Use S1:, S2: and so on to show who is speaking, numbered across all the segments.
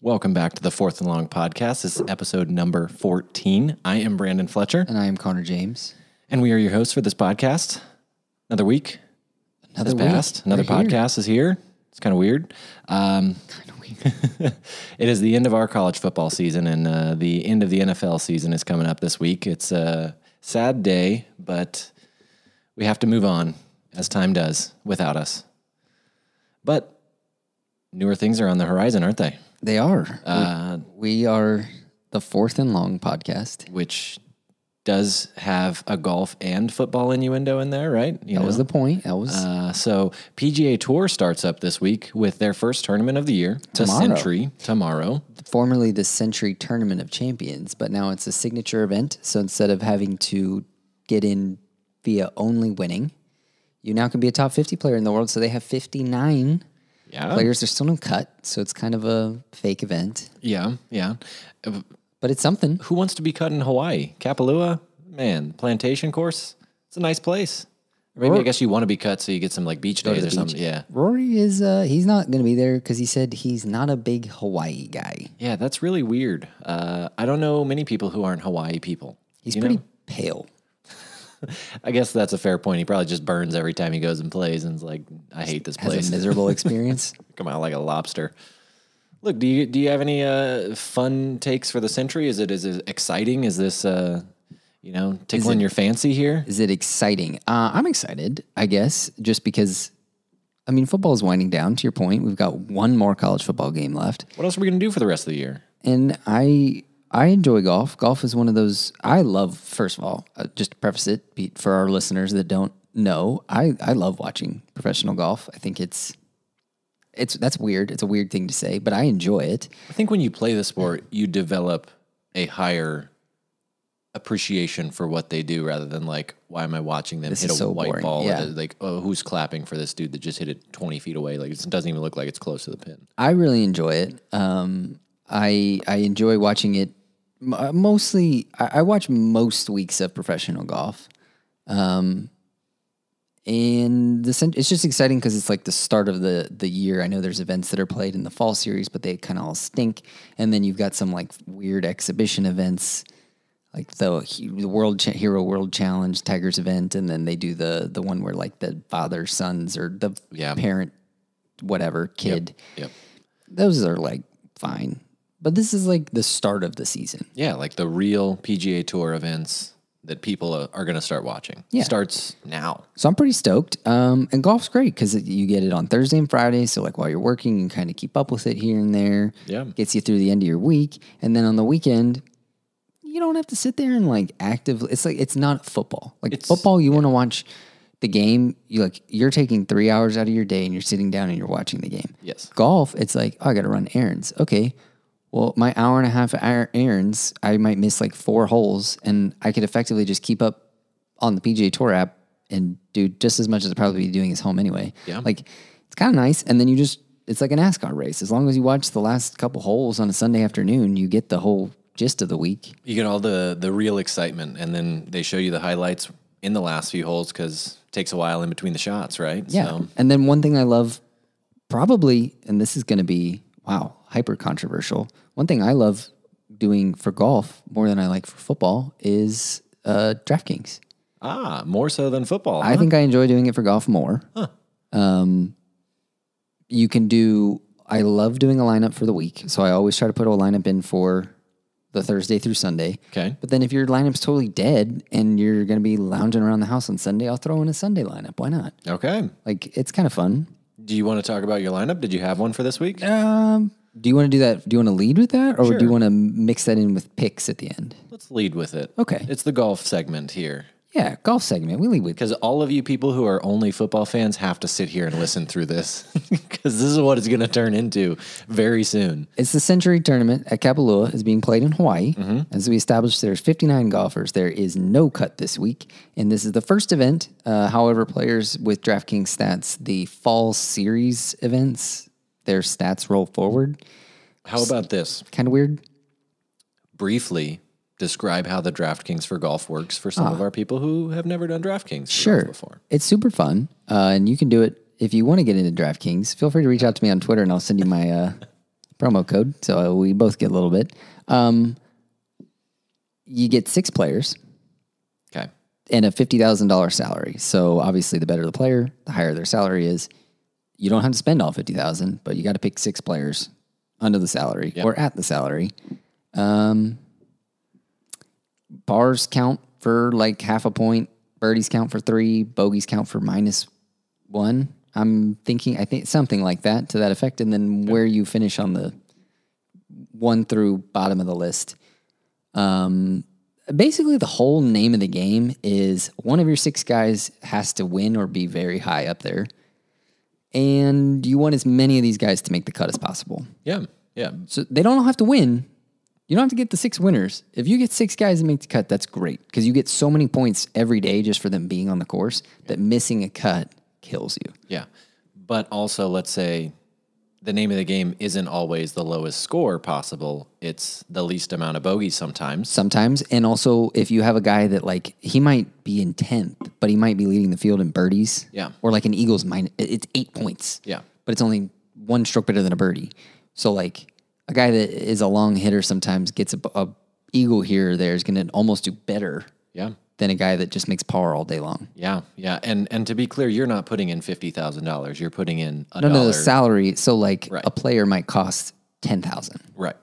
S1: Welcome back to the Fourth and Long podcast. This is episode number 14. I am Brandon Fletcher,
S2: And I am Connor James.
S1: and we are your hosts for this podcast. Another week
S2: Another
S1: has passed. Another podcast is here. It's kind of weird. Um, it is the end of our college football season, and uh, the end of the NFL season is coming up this week. It's a sad day, but we have to move on as time does without us. But newer things are on the horizon, aren't they?
S2: They are.
S1: Uh,
S2: we we are the fourth and long podcast.
S1: which does have a golf and football innuendo in there, right? You
S2: That was the point. That was
S1: uh, so PGA Tour starts up this week with their first tournament of the year,
S2: Tomorrow.
S1: the Century tomorrow.
S2: formerly the Century Tournament of Champions, but now it's a signature event. So instead of having to get in via only winning, you now can be a top 50 player in the world. So they have 59
S1: Yeah,
S2: players. There's still no cut. So it's kind of a fake event,
S1: yeah, yeah. Uh,
S2: but it's something.
S1: Who wants to be cut in Hawaii? Kapalua, man, plantation course. It's a nice place. Or maybe I guess you want to be cut so you get some like beach days or something. Yeah,
S2: Rory is, uh, he's not going to be there because he said he's not a big Hawaii guy.
S1: yeah. That's really weird. Uh, I don't know many people who aren't Hawaii people.
S2: He's
S1: you know?
S2: pretty pale.
S1: I guess that's a fair point. He probably just burns every time he goes and plays, and is like, I hate this
S2: Has
S1: place.
S2: a miserable experience.
S1: Come out like a lobster. Look, do you do you have any uh, fun takes for the century? Is it is it exciting? Is this uh, you know tickling your fancy here?
S2: Is it exciting? Uh, I'm excited, I guess, just because, I mean, football is winding down. To your point, we've got one more college football game left,
S1: What else are we gonna do for the rest of the year?
S2: and I I enjoy golf. Golf is one of those I love. First of all, uh, just to preface it, Pete, for our listeners that don't know, I I love watching professional golf. I think it's it's that's weird. It's a weird thing to say, but I enjoy it.
S1: I think when you play the sport, you develop a higher appreciation for what they do rather than like, why am I watching them hit a
S2: is so
S1: white
S2: boring.
S1: ball?
S2: Yeah.
S1: Like, oh, who's clapping for this dude that just hit it twenty feet away? Like, it doesn't even look like it's close to the pin.
S2: I really enjoy it. Um, I I enjoy watching it. M- uh, Mostly, I, I watch most weeks of professional golf, um, and the cent- it's just exciting because it's like the start of the the year. I know there's events that are played in the fall series, but they kind of all stink. And then you've got some like weird exhibition events, like the he- the World Cha- Hero World Challenge Tigers event, and then they do the the one where like the father sons or the
S1: Yeah.
S2: parent whatever kid
S1: Yep.
S2: those are like fine. But this is like the start of the season.
S1: Yeah, like the real PGA Tour events that people uh, are going to start watching.
S2: Yeah.
S1: Starts now.
S2: So I'm pretty stoked. Um, and golf's great because you get it on Thursday and Friday. So, like, while you're working, you kind of keep up with it here and there.
S1: Yeah.
S2: Gets you through the end of your week. And then on the weekend, you don't have to sit there and like actively. It's like, it's not football. Like, football, you want to watch the game. You like, you're taking three hours out of your day and you're sitting down and you're watching the game.
S1: Yes.
S2: golf, it's like, oh, I got to run errands. Okay. Well, my hour and a half hour errands, I might miss like four holes and I could effectively just keep up on the PGA Tour app and do just as much as I probably be doing at home anyway.
S1: Yeah.
S2: Like it's kind of nice. And then you just, it's like a NASCAR race. As long as you watch the last couple holes on a Sunday afternoon, you get the whole gist of the week.
S1: You get all the the real excitement, and then they show you the highlights in the last few holes because takes a while in between the shots, right?
S2: Yeah. And then one thing I love, probably, and this is going to be, wow, hyper controversial. One thing I love doing for golf more than I like for football is uh, DraftKings.
S1: ah, more so than football.
S2: I think I enjoy doing it for golf more. Um, you can do, I love doing a lineup for the week. So I always try to put a lineup in for the Thursday through Sunday.
S1: Okay.
S2: But then if your lineup's totally dead and you're going to be lounging around the house on Sunday, I'll throw in a Sunday lineup. Why not?
S1: Okay.
S2: Like, it's kind of fun.
S1: Do you want to talk about your lineup? Did you have one for this week?
S2: Um, do you want to do that? Do you want to lead with that, or do you want to mix that in with picks at the end?
S1: Let's lead with it.
S2: Okay.
S1: It's the golf segment here.
S2: Yeah, golf segment. We lead with
S1: Because all of you people who are only football fans have to sit here and listen through this, because this is what it's going to turn into very soon.
S2: it's the Century Tournament at Kapalua is being played in Hawaii. As we established, there's 59 golfers. There is no cut this week, and this is the first event. Uh, however, players with DraftKings stats, the fall series events, their stats roll forward.
S1: How about this?
S2: Kind of weird.
S1: briefly describe how the DraftKings for golf works for some of our people who have never done DraftKings for
S2: Ah. Sure.
S1: golf before.
S2: It's super fun, uh, and you can do it if you want to get into DraftKings. Feel free to reach out to me on Twitter, and I'll send you my uh, promo code, so we both get a little bit. Um, you get six players
S1: Okay.
S2: and a fifty thousand dollars salary. So obviously, the better the player, the higher their salary is. You don't have to spend all fifty thousand, but you got to pick six players under the salary or at the salary. Um, bars count for like half a point. Birdies count for three. Bogeys count for minus one. I'm thinking, I think something like that to that effect, and then where you finish on the one through bottom of the list. Um, basically, the whole name of the game is one of your six guys has to win or be very high up there. And you want as many of these guys to make the cut as possible.
S1: Yeah. Yeah.
S2: So they don't all have to win. You don't have to get the six winners. If you get six guys that make the cut, that's great because you get so many points every day just for them being on the course that missing a cut kills you.
S1: Yeah. But also, let's say the name of the game isn't always the lowest score possible. It's the least amount of bogeys sometimes.
S2: sometimes. And also, if you have a guy that like he might be in tenth, but he might be leading the field in birdies,
S1: Yeah.
S2: or like an Eagles minus, it's eight points,
S1: Yeah.
S2: but it's only one stroke better than a birdie. So like a guy that is a long hitter sometimes gets a, a eagle here or there is going to almost do better
S1: Yeah.
S2: than a guy that just makes par all day long.
S1: Yeah. Yeah. And and to be clear, you're not putting in fifty thousand dollars. You're putting in a
S2: No, no,
S1: dollar.
S2: the salary. So like
S1: Right.
S2: a player might cost ten thousand.
S1: right.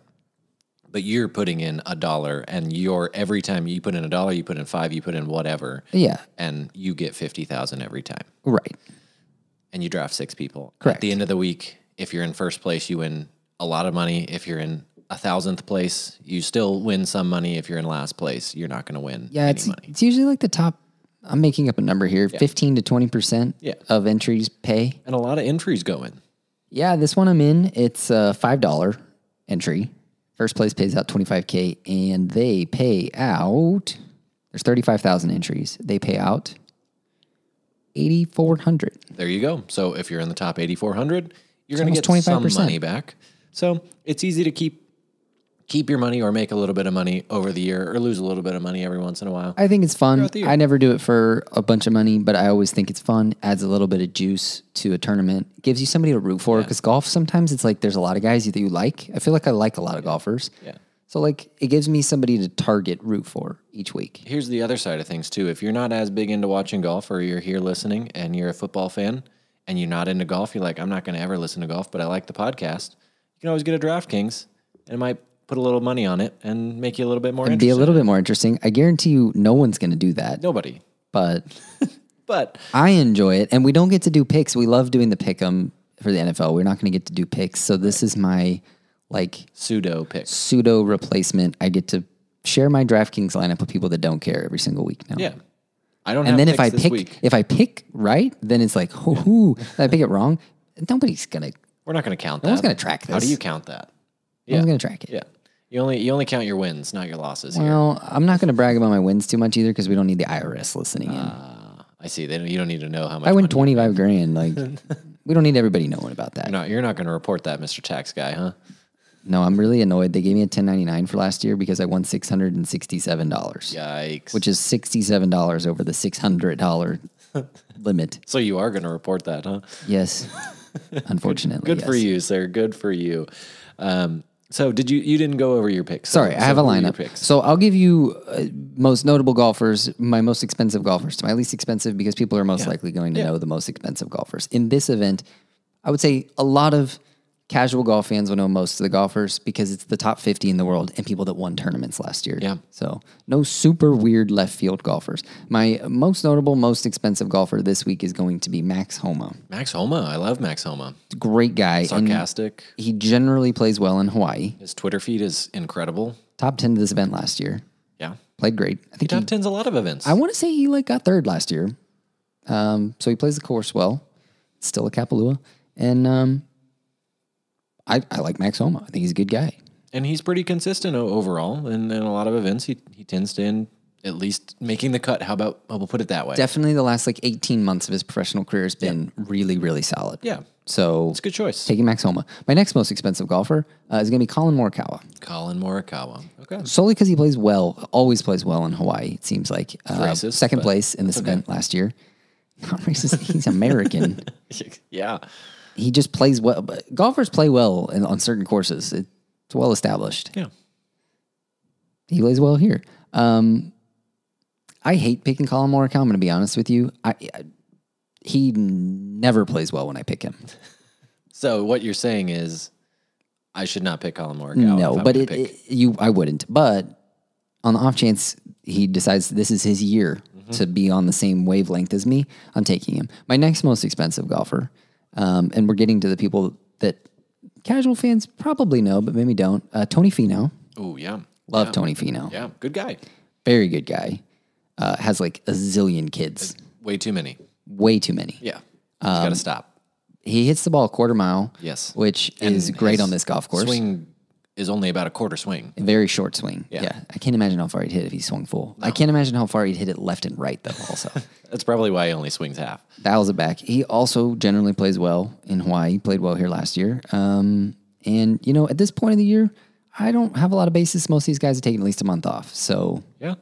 S1: But you're putting in a dollar, and you're every time you put in a dollar, you put in five, you put in whatever,
S2: Yeah,
S1: and you get fifty thousand every time.
S2: right.
S1: and you draft six people. At
S2: Correct.
S1: the end of the week, if you're in first place, you win a lot of money. If you're in a thousandth place, you still win some money. If you're in last place, you're not going to win
S2: Yeah,
S1: any
S2: it's
S1: money.
S2: it's usually like the top. I'm making up a number here, fifteen to twenty percent
S1: Yeah.
S2: of entries pay.
S1: And a lot of entries go in.
S2: Yeah, this one I'm in. It's a five dollar entry. First place pays out twenty five k, and they pay out. There's thirty five thousand entries. They pay out eighty four hundred.
S1: There you go. So if you're in the top 8,400, you're going to get
S2: almost
S1: some
S2: 25%.
S1: money back. So it's easy to keep keep your money or make a little bit of money over the year or lose a little bit of money every once in a while.
S2: I think it's fun.
S1: the year.
S2: I never do it for a bunch of money, but I always think it's fun. Adds a little bit of juice to a tournament. Gives you somebody to root for because golf sometimes it's like there's a lot of guys that you like. I feel like I like a lot of golfers.
S1: Yeah.
S2: So like it gives me somebody to target root for each week.
S1: Here's the other side of things too. If you're not as big into watching golf or you're here listening and you're a football fan and you're not into golf, you're like, I'm not going to ever listen to golf, but I like the podcast. You can always get a DraftKings and it might put a little money on it and make you a little bit more interested.
S2: Be a little bit more interesting. I guarantee you, no one's going to do that.
S1: Nobody.
S2: but
S1: But
S2: I enjoy it, and we don't get to do picks. We love doing the pick 'em for the NFL. We're not going to get to do picks, so this is my like
S1: pseudo picks.
S2: pseudo replacement. I get to share my DraftKings lineup with people that don't care every single week now.
S1: Yeah. I don't have
S2: and then if
S1: picks
S2: I
S1: this
S2: pick,
S1: week.
S2: if I pick right, then it's like, hoo If I pick it wrong, nobody's gonna,
S1: We're not going to count that.
S2: no one's gonna track this.
S1: How do you count that?
S2: No one's gonna track it.
S1: Yeah. You only you only count your wins, not your losses here.
S2: Well, I'm not gonna brag about my wins too much either because we don't need the IRS listening in.
S1: Ah, I see. They don't, you don't need to know how much
S2: I win
S1: money-
S2: 25 grand. Like, we don't need everybody knowing about that.
S1: No, you're not going to report that, Mr. Tax Guy, huh?
S2: No, I'm really annoyed. They gave me a 1099 for last year because I won $667,
S1: Yikes.
S2: which is $67 over the $600 limit.
S1: So you are going to report that, huh?
S2: Yes. Unfortunately.
S1: Good for
S2: yes.
S1: you, sir. Good for you. Um, so did you? You didn't go over your picks.
S2: Sorry, I have a lineup.
S1: Picks.
S2: So I'll give you uh, most notable golfers, my most expensive golfers to my least expensive because people are most likely going to know the most expensive golfers. In this event, I would say a lot of casual golf fans will know most of the golfers because it's the top 50 in the world and people that won tournaments last year.
S1: Yeah.
S2: So no super weird left field golfers. My most notable, most expensive golfer this week is going to be Max Homa.
S1: Max Homa. I love Max Homa.
S2: Great guy. And
S1: Sarcastic.
S2: he generally plays well in Hawaii.
S1: His Twitter feed is incredible.
S2: Top 10 to this event last year.
S1: Yeah.
S2: Played great. I think he
S1: Top tens a lot of events.
S2: I want to say he like got third last year. Um, so he plays the course well. Still a Kapalua, and um, I I like Max Homa. I think he's a good guy.
S1: and he's pretty consistent o- overall. And in a lot of events, he he tends to end at least making the cut. How about we'll put it that way?
S2: Definitely, the last like eighteen months of his professional career has been really really solid.
S1: Yeah.
S2: So
S1: It's a good choice.
S2: taking Max Homa. My next most expensive golfer uh, is going to be Colin Morikawa.
S1: Colin Morikawa. Okay.
S2: solely because he plays well, always plays well in Hawaii. It seems like uh,
S1: Racist,
S2: second
S1: but
S2: place in this event last year. Not racist. He's American.
S1: yeah.
S2: he just plays well. But golfers play well in, on certain courses. It's well established.
S1: Yeah.
S2: He plays well here. Um, I hate picking Colin Morikawa. I'm going to be honest with you. I, I he never plays well when I pick him.
S1: So what you're saying is, I should not pick Colin Morikawa.
S2: no,
S1: if I
S2: but
S1: were
S2: it,
S1: to pick-
S2: it you I wouldn't. But on the off chance he decides this is his year
S1: Mm-hmm.
S2: to be on the same wavelength as me, I'm taking him. My next most expensive golfer, um, and we're getting to the people that casual fans probably know, but maybe don't. Uh, Tony Fino,
S1: oh yeah,
S2: love Tony Fino,
S1: yeah, good guy.
S2: very good guy. Uh, has like a zillion kids,
S1: Way too many.
S2: way too many.
S1: Yeah, he's
S2: Um,
S1: got to stop.
S2: He hits the ball a quarter mile,
S1: Yes.
S2: which
S1: And
S2: is great
S1: his
S2: on this golf course.
S1: Swing is only about a quarter swing.
S2: Very short swing.
S1: Yeah.
S2: Yeah. I can't imagine how far he'd hit if he swung full. I can't imagine how far he'd hit it left and right, though, also.
S1: That's probably why he only swings half.
S2: that was a back. He also generally plays well in Hawaii. He played well here last year. Um, and, you know, at this point of the year, I don't have a lot of basis. Most of these guys are taking at least a month off. So
S1: Yeah.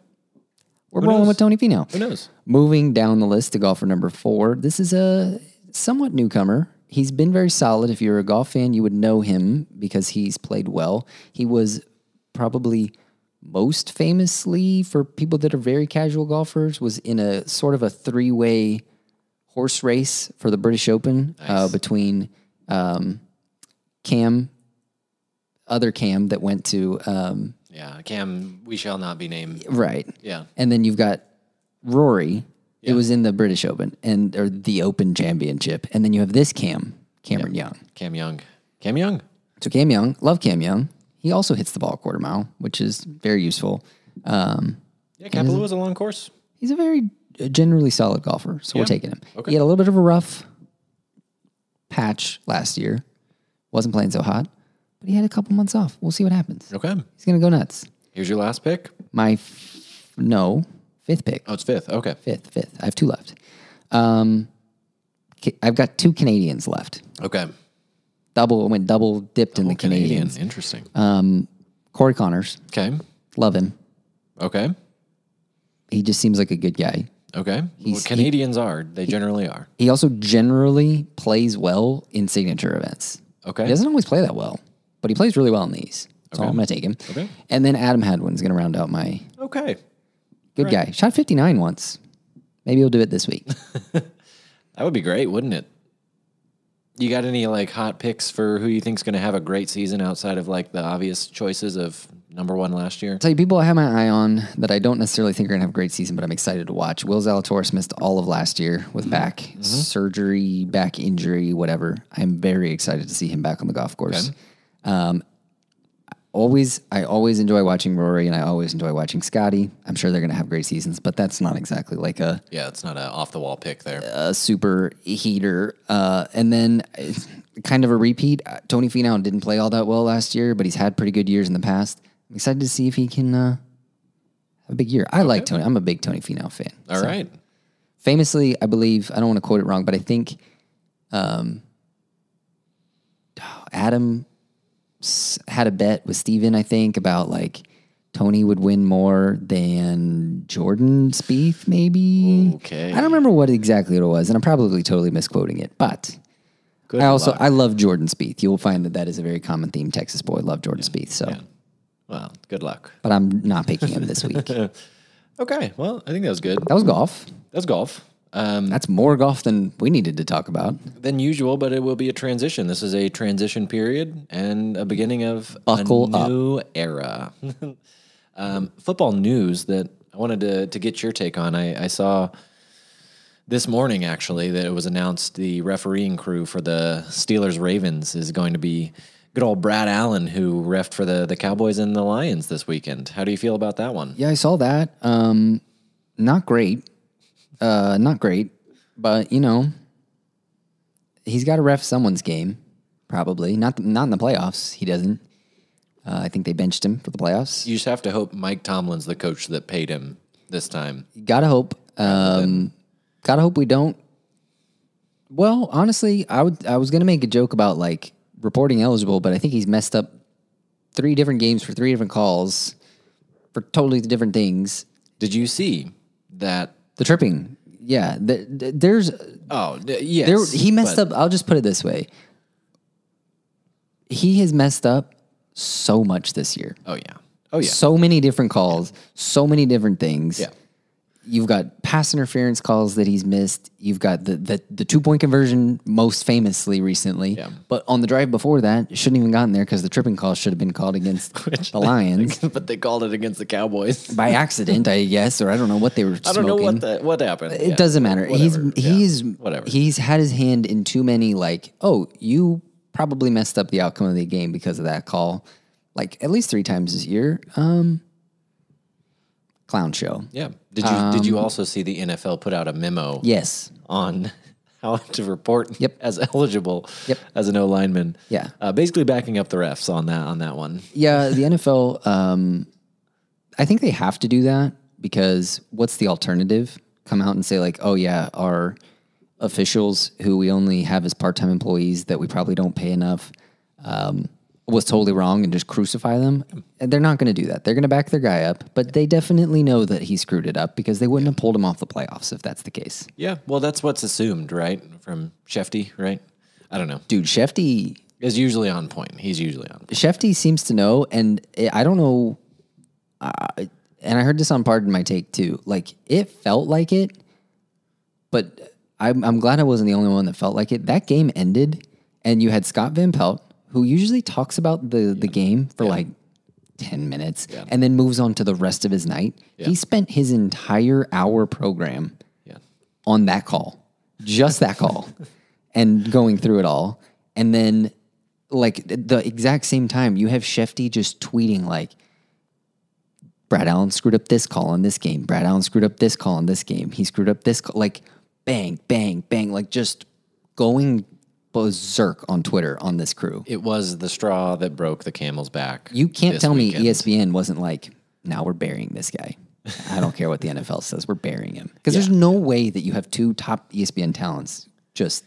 S2: we're rolling
S1: knows?
S2: with Tony Fino.
S1: Who knows?
S2: Moving down the list to golfer number four, this is a somewhat newcomer. He's been very solid. If you're a golf fan, you would know him because he's played well. He was probably most famously for people that are very casual golfers was in a sort of a three-way horse race for the British Open uh, between um, Cam, other Cam that went to um,
S1: Yeah, Cam. We shall not be named.
S2: right,
S1: Yeah.
S2: and then you've got Rory. It was in the British Open and or the Open Championship, and then you have this Cam Cameron Young.
S1: Cam Young. Cam Young.
S2: So Cam Young, love Cam Young. He also hits the ball a quarter mile, which is very useful. Um,
S1: Yeah, Kapalua is a long course.
S2: he's a very uh, generally solid golfer, so we're taking him.
S1: Okay.
S2: He had a little bit of a rough patch last year, wasn't playing so hot, but he had a couple months off. We'll see what happens.
S1: Okay.
S2: He's gonna go nuts.
S1: Here's your last pick.
S2: My f- no fifth pick.
S1: Oh, it's fifth. Okay.
S2: fifth, fifth. I have two left. Um, Ca- I've got two Canadians left.
S1: Okay.
S2: Double I went double dipped in the Canadians.
S1: Canadian. Interesting.
S2: Uh, Corey Connors,
S1: okay.
S2: love him.
S1: Okay.
S2: He just seems like a good guy.
S1: Okay. Well, Canadians are. They generally are.
S2: He also generally plays well in signature events.
S1: Okay.
S2: He doesn't always play that well, but he plays really well in these. So I'm going to take him.
S1: Okay.
S2: And then Adam Hadwin's going to round out my
S1: Okay.
S2: good guy. Shot 59 once. Maybe he'll do it this week.
S1: That would be great, wouldn't it? You got any like hot picks for who you think's going to have a great season outside of like the obvious choices of number one last year?
S2: tell you people I have my eye on that I don't necessarily think are going to have a great season, but I'm excited to watch. Will Zalatoris missed all of last year with back surgery, back injury, whatever. I'm very excited to see him back on the golf course. Um, I always, I always enjoy watching Rory, and I always enjoy watching Scotty. I'm sure they're going to have great seasons, but that's not exactly like a
S1: Yeah, it's not an off the wall pick there.
S2: a super heater. Uh, and then uh, kind of a repeat. Uh, Tony Finau didn't play all that well last year, but he's had pretty good years in the past. I'm excited to see if he can uh, have a big year. I like Tony. I'm a big Tony Finau fan.
S1: All right.
S2: Famously, I believe I don't want to quote it wrong, but I think um, Adam s- had a bet with Steven, I think, about like. Tony would win more than Jordan Spieth, maybe.
S1: Okay.
S2: I don't remember what exactly it was, and I'm probably totally misquoting it. But
S1: Good
S2: I also
S1: luck.
S2: I love Jordan Spieth. You'll find that that is a very common theme. Texas boy love Jordan Spieth. So,
S1: well, good luck.
S2: but I'm not picking him this week. that
S1: Okay. Well, I think that was good.
S2: was golf.
S1: That's golf. Um,
S2: That's more golf than we needed to talk about.
S1: than usual, but it will be a transition. This is a transition period and a beginning of
S2: Buckle
S1: a
S2: up.
S1: new era. um, football news that I wanted to, to get your take on. I, I saw this morning actually that it was announced the refereeing crew for the Steelers Ravens is going to be good old Brad Allen, who refed for the, the Cowboys and the Lions this weekend. How do you feel about that one?
S2: Yeah, I saw that. Um, not great. Uh, not great. But you know, he's got to ref someone's game, probably. Not not in the playoffs. He doesn't. Uh, I think they benched him for the playoffs.
S1: You just have to hope Mike Tomlin's the coach that paid him this time.
S2: Gotta hope. Um, gotta hope we don't. Well, honestly, I would. I was gonna make a joke about like reporting eligible, but I think he's messed up three different games for three different calls for totally different things.
S1: Did you see that
S2: The tripping yeah, th- th- there's
S1: Oh, d-
S2: there
S1: yes.
S2: he messed
S1: but-
S2: up. I'll just put it this way. He has messed up so much this year.
S1: Oh, yeah. Oh, yeah.
S2: So many different calls, so many different things.
S1: Yeah.
S2: You've got pass interference calls that he's missed. You've got the the, the two point conversion most famously recently.
S1: Yeah.
S2: But on the drive before that, it shouldn't even gotten there because the tripping call should have been called against the Lions
S1: but they called it against the Cowboys.
S2: by accident, I guess, or I don't know what they were.
S1: I don't know what
S2: smoking.
S1: the, what happened.
S2: It doesn't matter. he's he's
S1: whatever.
S2: He's had his hand in too many. Like, oh, you probably messed up the outcome of the game because of that call. Like at least three times this year. Um, clown show.
S1: yeah. Did you did
S2: Um,
S1: you also see the NFL put out a memo
S2: Yes.
S1: on how to report
S2: Yep.
S1: as eligible
S2: Yep.
S1: as an O lineman?
S2: Yeah.
S1: Uh, basically backing up the refs on that on that one.
S2: Yeah. The NFL. Um, I think they have to do that because what's the alternative? Come out and say like, oh yeah, our officials who we only have as part time employees that we probably don't pay enough. um, was totally wrong and just crucify them. And they're not going to do that. They're going to back their guy up, but they definitely know that he screwed it up because they wouldn't have pulled him off the playoffs if that's the case.
S1: Yeah. Well, that's what's assumed, right? From Shefty, right? I don't know.
S2: Dude, Shefty,
S1: Is usually on point. He's usually on. point.
S2: Shefty seems to know, and I- I don't know. Uh, and I heard this on Pardon My Take too. Like it felt like it, but I'm, I'm glad I wasn't the only one that felt like it. That game ended, and you had Scott Van Pelt, who usually talks about the the game for like ten minutes, and then moves on to the rest of his night. He spent his entire hour program
S1: Yeah.
S2: on that call, just that call, and going through it all. And then, like, at the exact same time, you have Shefty just tweeting, like, Brad Allen screwed up this call in this game. Brad Allen screwed up this call in this game. He screwed up this call. Like, bang, bang, bang. Like, just going berserk on Twitter on this crew.
S1: It was the straw that broke the camel's back.
S2: You can't
S1: this
S2: tell
S1: weekend.
S2: me E ESPN wasn't like, now we're burying this guy. I don't care what the NFL says, we're burying him. Because there's no way that you have two top E ESPN talents just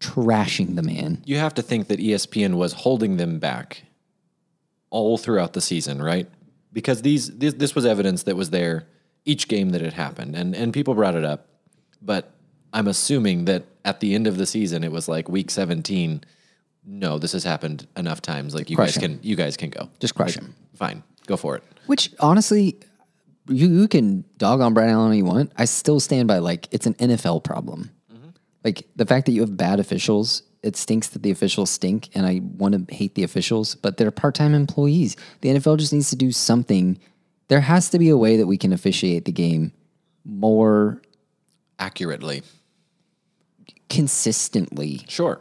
S2: trashing the man.
S1: you have to think that E ESPN was holding them back all throughout the season, right? Because these this, this was evidence that was there each game that had happened, and and people brought it up, but I'm assuming that at the end of the season, it was like week 17. No, this has happened enough times. Like you
S2: Crush
S1: guys
S2: him.
S1: can you guys can go.
S2: Just crush him.
S1: Fine, go for it.
S2: Which honestly, you, you can dog on Brad Allen all you want. I still stand by like it's an NFL problem. Like the fact that you have bad officials, it stinks that the officials stink, and I want to hate the officials, but they're part time employees. The NFL just needs to do something. There has to be a way that we can officiate the game more
S1: Accurately,
S2: consistently.
S1: sure.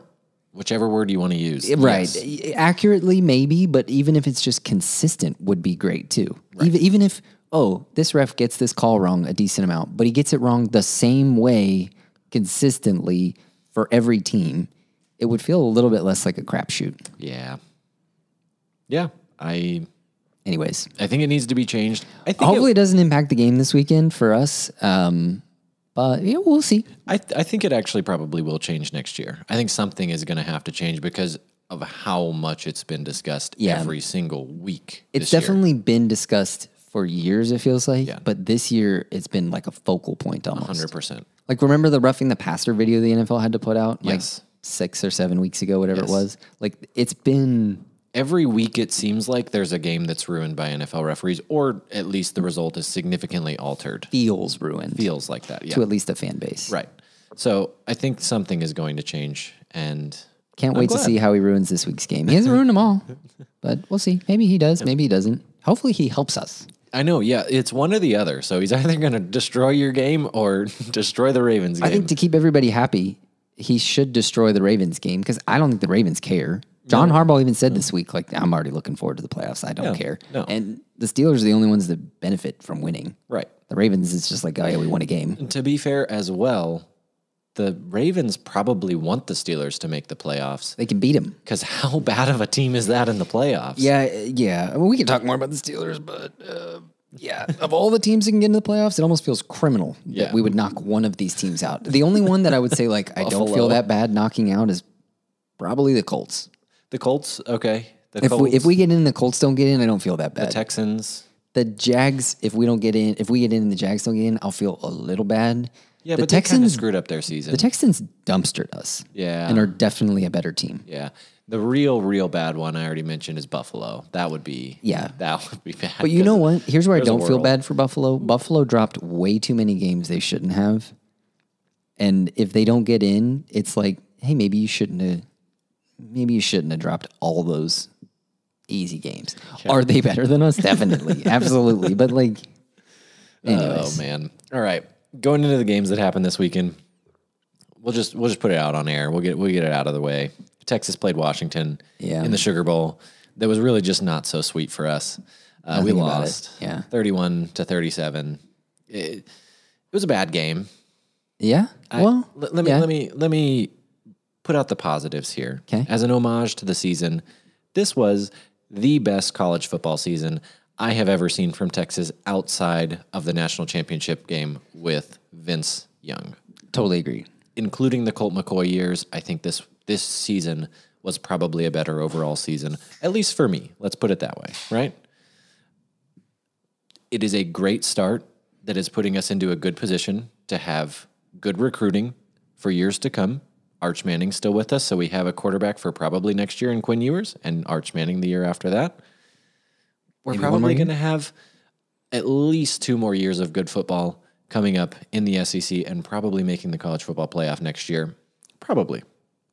S1: Whichever word you want to use,
S2: Right.
S1: Yes.
S2: Accurately, maybe, but even if it's just consistent, would be great too. Even even if oh, this ref gets this call wrong a decent amount, but he gets it wrong the same way consistently for every team, it would feel a little bit less like a crapshoot.
S1: Yeah, yeah. I
S2: Anyways,
S1: I think it needs to be changed. I think it-
S2: hopefully it doesn't impact the game this weekend for us. Um, but yeah, we'll see.
S1: I, th- I think it actually probably will change next year. I think something is going to have to change because of how much it's been discussed
S2: Yeah.
S1: every single week.
S2: It's
S1: this year.
S2: definitely been discussed for years. It feels like,
S1: Yeah.
S2: but this year it's been like a focal point almost.
S1: 100%.
S2: Like remember the roughing the passer video the NFL had to put out like
S1: Yes.
S2: six or seven weeks ago, whatever
S1: Yes.
S2: it was. Like it's been
S1: Every week, it seems like there's a game that's ruined by NFL referees, or at least the result is significantly altered.
S2: feels ruined
S1: Feels like that. Yeah.
S2: to at least a fan base.
S1: Right. So I think something is going to change. And
S2: Can't
S1: I'm
S2: wait
S1: glad.
S2: to see how he ruins this week's game. He hasn't ruined them all, but we'll see. Maybe he does. Maybe he doesn't. Hopefully he helps us.
S1: I know. Yeah. It's one or the other. So he's either going to destroy your game or destroy the Ravens game.
S2: I think to keep everybody happy, he should destroy the Ravens game because I don't think the Ravens care. John Harbaugh even said this week, like, I'm already looking forward to the playoffs. I don't care.
S1: no.
S2: And the Steelers are the only ones that benefit from winning.
S1: right.
S2: The Ravens is just like, oh yeah, we won a game.
S1: to be fair as well, the Ravens probably want the Steelers to make the playoffs
S2: They can beat him.
S1: because how bad of a team is that in the playoffs?
S2: Yeah, uh, yeah. I mean, we can talk more about the Steelers, but uh, yeah, of all the teams that can get into the playoffs, it almost feels criminal
S1: Yeah.
S2: that we would knock one of these teams out. The only one that I would say like I don't feel that bad knocking out is probably the Colts.
S1: The Colts, okay. The
S2: If
S1: Colts,
S2: we if we get in, and the Colts don't get in. I don't feel that bad.
S1: Texans,
S2: The Jags, if we don't get in, if we get in, and the Jags don't get in, I'll feel a little bad.
S1: Yeah,
S2: the
S1: but they kind of
S2: Texans
S1: screwed up their season.
S2: the Texans dumpstered us.
S1: Yeah.
S2: and are definitely a better team.
S1: yeah, the real, real bad one I already mentioned is Buffalo. That would be
S2: Yeah.
S1: that would be bad.
S2: But you know what? Here's where I
S1: there's a
S2: don't feel
S1: world.
S2: bad for Buffalo. Buffalo dropped way too many games they shouldn't have. And if they don't get in, it's like, hey, maybe you shouldn't have maybe you shouldn't have dropped all those easy games. Are they better than us? Definitely. Absolutely. But like
S1: Oh man! All right, going into the games that happened this weekend, we'll just we'll just put it out on air. We'll get we'll get it out of the way. Texas played Washington
S2: Yeah.
S1: in the Sugar Bowl. That was really just not so sweet for us. Uh, we
S2: Nothing about it.
S1: lost,
S2: Yeah.
S1: thirty-one to thirty-seven. It, it was a bad game.
S2: Yeah.
S1: I-
S2: well
S1: let, let me
S2: yeah.
S1: let me let me put out the positives here.
S2: 'Kay.
S1: As an homage to the season, this was the best college football season I have ever seen from Texas outside of the national championship game with Vince Young.
S2: totally agree.
S1: Including the Colt McCoy years, I think this this season was probably a better overall season, at least for me. Let's put it that way, right? it is a great start that is putting us into a good position to have good recruiting for years to come. Arch Manning's still with us, so we have a quarterback for probably next year in Quinn Ewers and Arch Manning the year after that. We're probably going to have at least two more years of good football coming up in the SEC and probably making the college football playoff next year. Probably.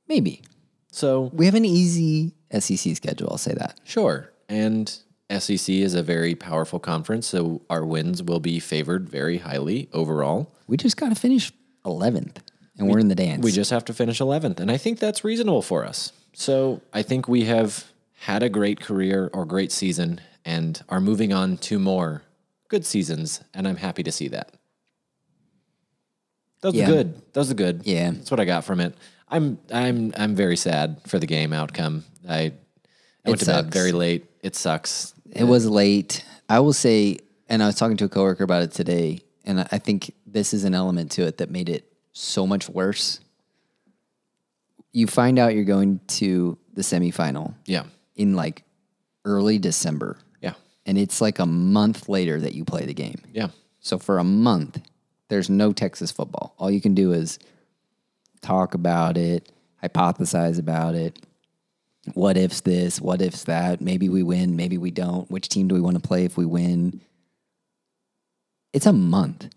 S2: Maybe.
S1: So,
S2: We have an easy SEC schedule, I'll say that.
S1: Sure. And SEC is a very powerful conference, so our wins will be favored very highly overall.
S2: We just gotta finish eleventh and we're in the dance.
S1: We just have to finish 11th. And I think that's reasonable for us. So I think we have had a great career or great season and are moving on to more good seasons. And I'm happy to see that. Those
S2: Yeah.
S1: are good. Those are good.
S2: Yeah.
S1: That's what I got from it. I'm I'm I'm very sad for the game outcome. I, I went to bed
S2: sucks.
S1: very late. It sucks.
S2: It was late. I will say, and I was talking to a coworker about it today, and I- I think this is an element to it that made it so much worse. You find out you're going to the semifinal
S1: Yeah.
S2: in like early December,
S1: Yeah.
S2: and it's like a month later that you play the game.
S1: Yeah.
S2: So for a month, there's no Texas football. All you can do is talk about it, hypothesize about it. What ifs this? What ifs that? Maybe we win, maybe we don't. Which team do we want to play if we win? It's a month.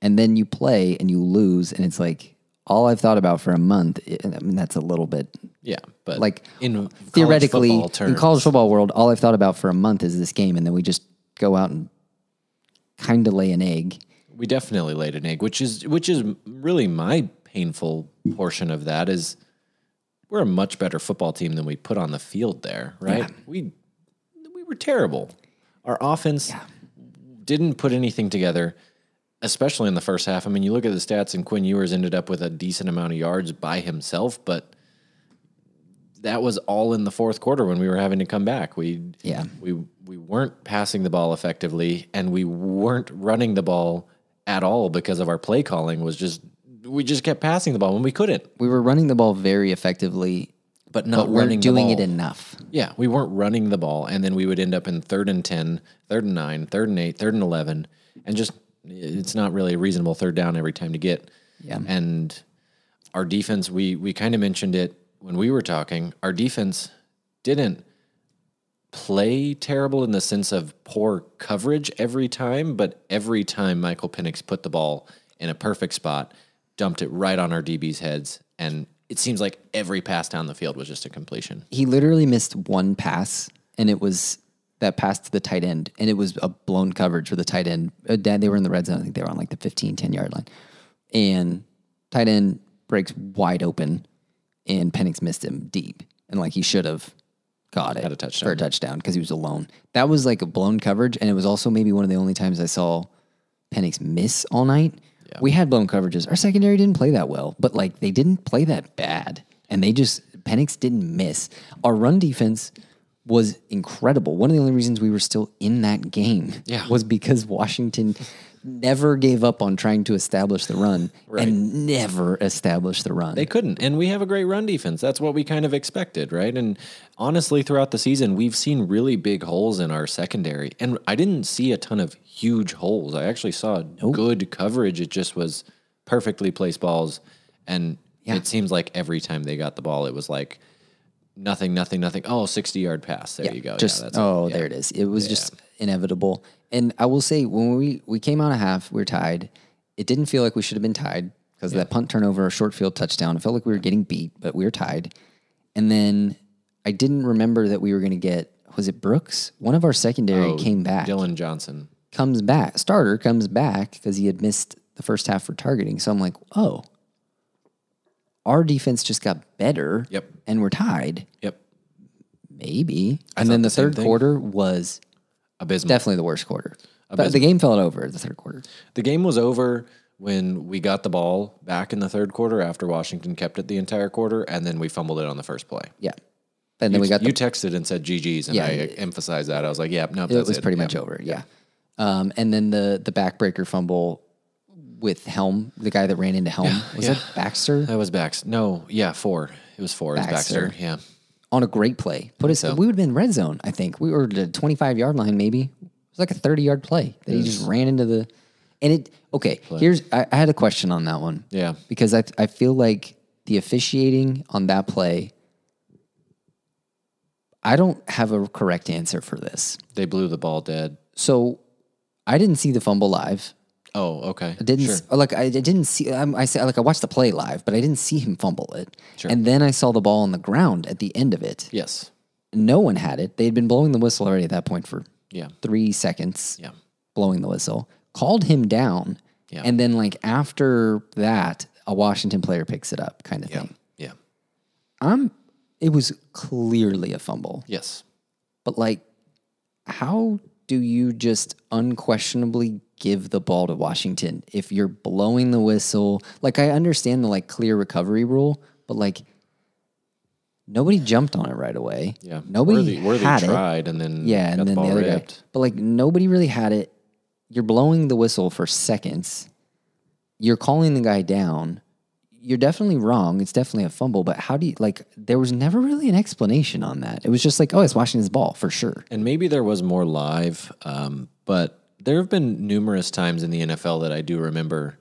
S2: And then you play and you lose, and it's like, all I've thought about for a month, I I mean, that's a little bit
S1: Yeah. But
S2: like
S1: in
S2: theoretically
S1: college football terms,
S2: in college football world all i've thought about for a month is this game and then we just go out and kind of lay an egg
S1: we definitely laid an egg, which is which is really my painful portion of that is we're a much better football team than we put on the field there, right? We we were terrible. Our offense didn't put anything together, especially in the first half. I mean, you look at the stats and Quinn Ewers ended up with a decent amount of yards by himself, but that was all in the fourth quarter when we were having to come back. We
S2: Yeah.
S1: we we weren't passing the ball effectively and we weren't running the ball at all because of our play calling was just we just kept passing the ball when we couldn't.
S2: we were running the ball very effectively
S1: But not
S2: but weren't
S1: running the
S2: doing
S1: ball.
S2: it enough
S1: Yeah, we weren't running the ball, and then we would end up in third and 10, third and 9, third and 8, third and 11, and just it's not really a reasonable third down every time to get.
S2: Yeah.
S1: And our defense, we we kind of mentioned it when we were talking. Our defense didn't play terrible in the sense of poor coverage every time, but every time Michael Penix put the ball in a perfect spot, dumped it right on our DB's heads, and it seems like every pass down the field was just a completion.
S2: he literally missed one pass and it was that pass to the tight end and it was a blown coverage for the tight end Uh, Dan- they were in the red zone i think they were on like the 15 10 yard line and tight end breaks wide open and Penix missed him deep and like he should have caught it
S1: Had a touchdown.
S2: for a touchdown because he was alone that was like a blown coverage and it was also maybe one of the only times i saw Penix miss all night we had blown coverages our secondary didn't play that well but like they didn't play that bad and they just Penix didn't miss our run defense was incredible one of the only reasons we were still in that game
S1: Yeah.
S2: was because Washington never gave up on trying to establish the run and never established the run
S1: They couldn't. And we have a great run defense. That's what we kind of expected, right? And honestly, throughout the season, we've seen really big holes in our secondary. And I didn't see a ton of huge holes. I actually saw good coverage. It just was perfectly placed balls, and
S2: Yeah.
S1: it seems like every time they got the ball, it was like nothing, nothing, nothing. Oh, 60 yard pass. There you go.
S2: Just
S1: yeah, that's it.
S2: oh,
S1: Yeah.
S2: there it is. It was just inevitable. And I will say, when we we came out a half, we were tied. It didn't feel like we should have been tied because that punt turnover, a short field touchdown, it felt like we were getting beat, but we were tied. And then I didn't remember that we were going to get was it Brooks? One of our secondary came back,
S1: Oh, Dylan Johnson.
S2: comes back, starter comes back because he had missed the first half for targeting. So I'm like, oh, our defense just got better.
S1: Yep.
S2: and we're tied.
S1: Yep.
S2: Maybe. and then the,
S1: the same
S2: third
S1: thing.
S2: quarter was
S1: Abysmal.
S2: definitely the worst quarter. But the game fell over the third quarter.
S1: The game was over when we got the ball back in the third quarter after Washington kept it the entire quarter, and then we fumbled it on the first play.
S2: Yeah. And then we got the
S1: you texted and said GG's, and
S2: Yeah,
S1: I
S2: it-
S1: emphasized that. I was like, yeah, no,
S2: it was pretty much over. Yeah. Um, and then the the backbreaker fumble with Helm, the guy that ran into Helm. was that Baxter?
S1: That was Baxter. No, yeah, four. It was four. It was
S2: Baxter.
S1: Baxter. Yeah.
S2: On a great play. Put us we would have been red zone, I think. We were at a twenty five yard line maybe. It was like a thirty yard play that he just ran into the and it okay, here's I, I had a question on that one.
S1: Yeah.
S2: because I I feel like the officiating on that play. I don't have a correct answer for this.
S1: They blew the ball dead.
S2: So I didn't see the fumble live.
S1: Oh, okay.
S2: I didn't s- like I, I didn't see um, I, I say like I watched the play live, but I didn't see him fumble it. And then I saw the ball on the ground at the end of it.
S1: Yes.
S2: No one had it. They had been blowing the whistle already at that point for
S1: Yeah.
S2: 3 seconds
S1: Yeah.
S2: blowing the whistle, called him down,
S1: Yeah.
S2: and then like after that, a Washington player picks it up, kind of
S1: Yeah.
S2: thing.
S1: Yeah.
S2: I'm. It was clearly a fumble,
S1: Yes.
S2: but like, how do you just unquestionably give the ball to Washington if you're blowing the whistle? Like, I understand the like clear recovery rule, but like, nobody jumped on it right away.
S1: Yeah.
S2: nobody
S1: Worthy, Worthy
S2: had it.
S1: tried, and then
S2: Yeah,
S1: got
S2: and then the,
S1: ball
S2: other guy.
S1: ripped.
S2: But like nobody really had it. You're blowing the whistle for seconds. You're calling the guy down. You're definitely wrong. It's definitely a fumble. But how do you like? There was never really an explanation on that. It was just like, oh, it's Washington's ball for sure.
S1: and maybe there was more live, um, but there have been numerous times in the NFL that I do remember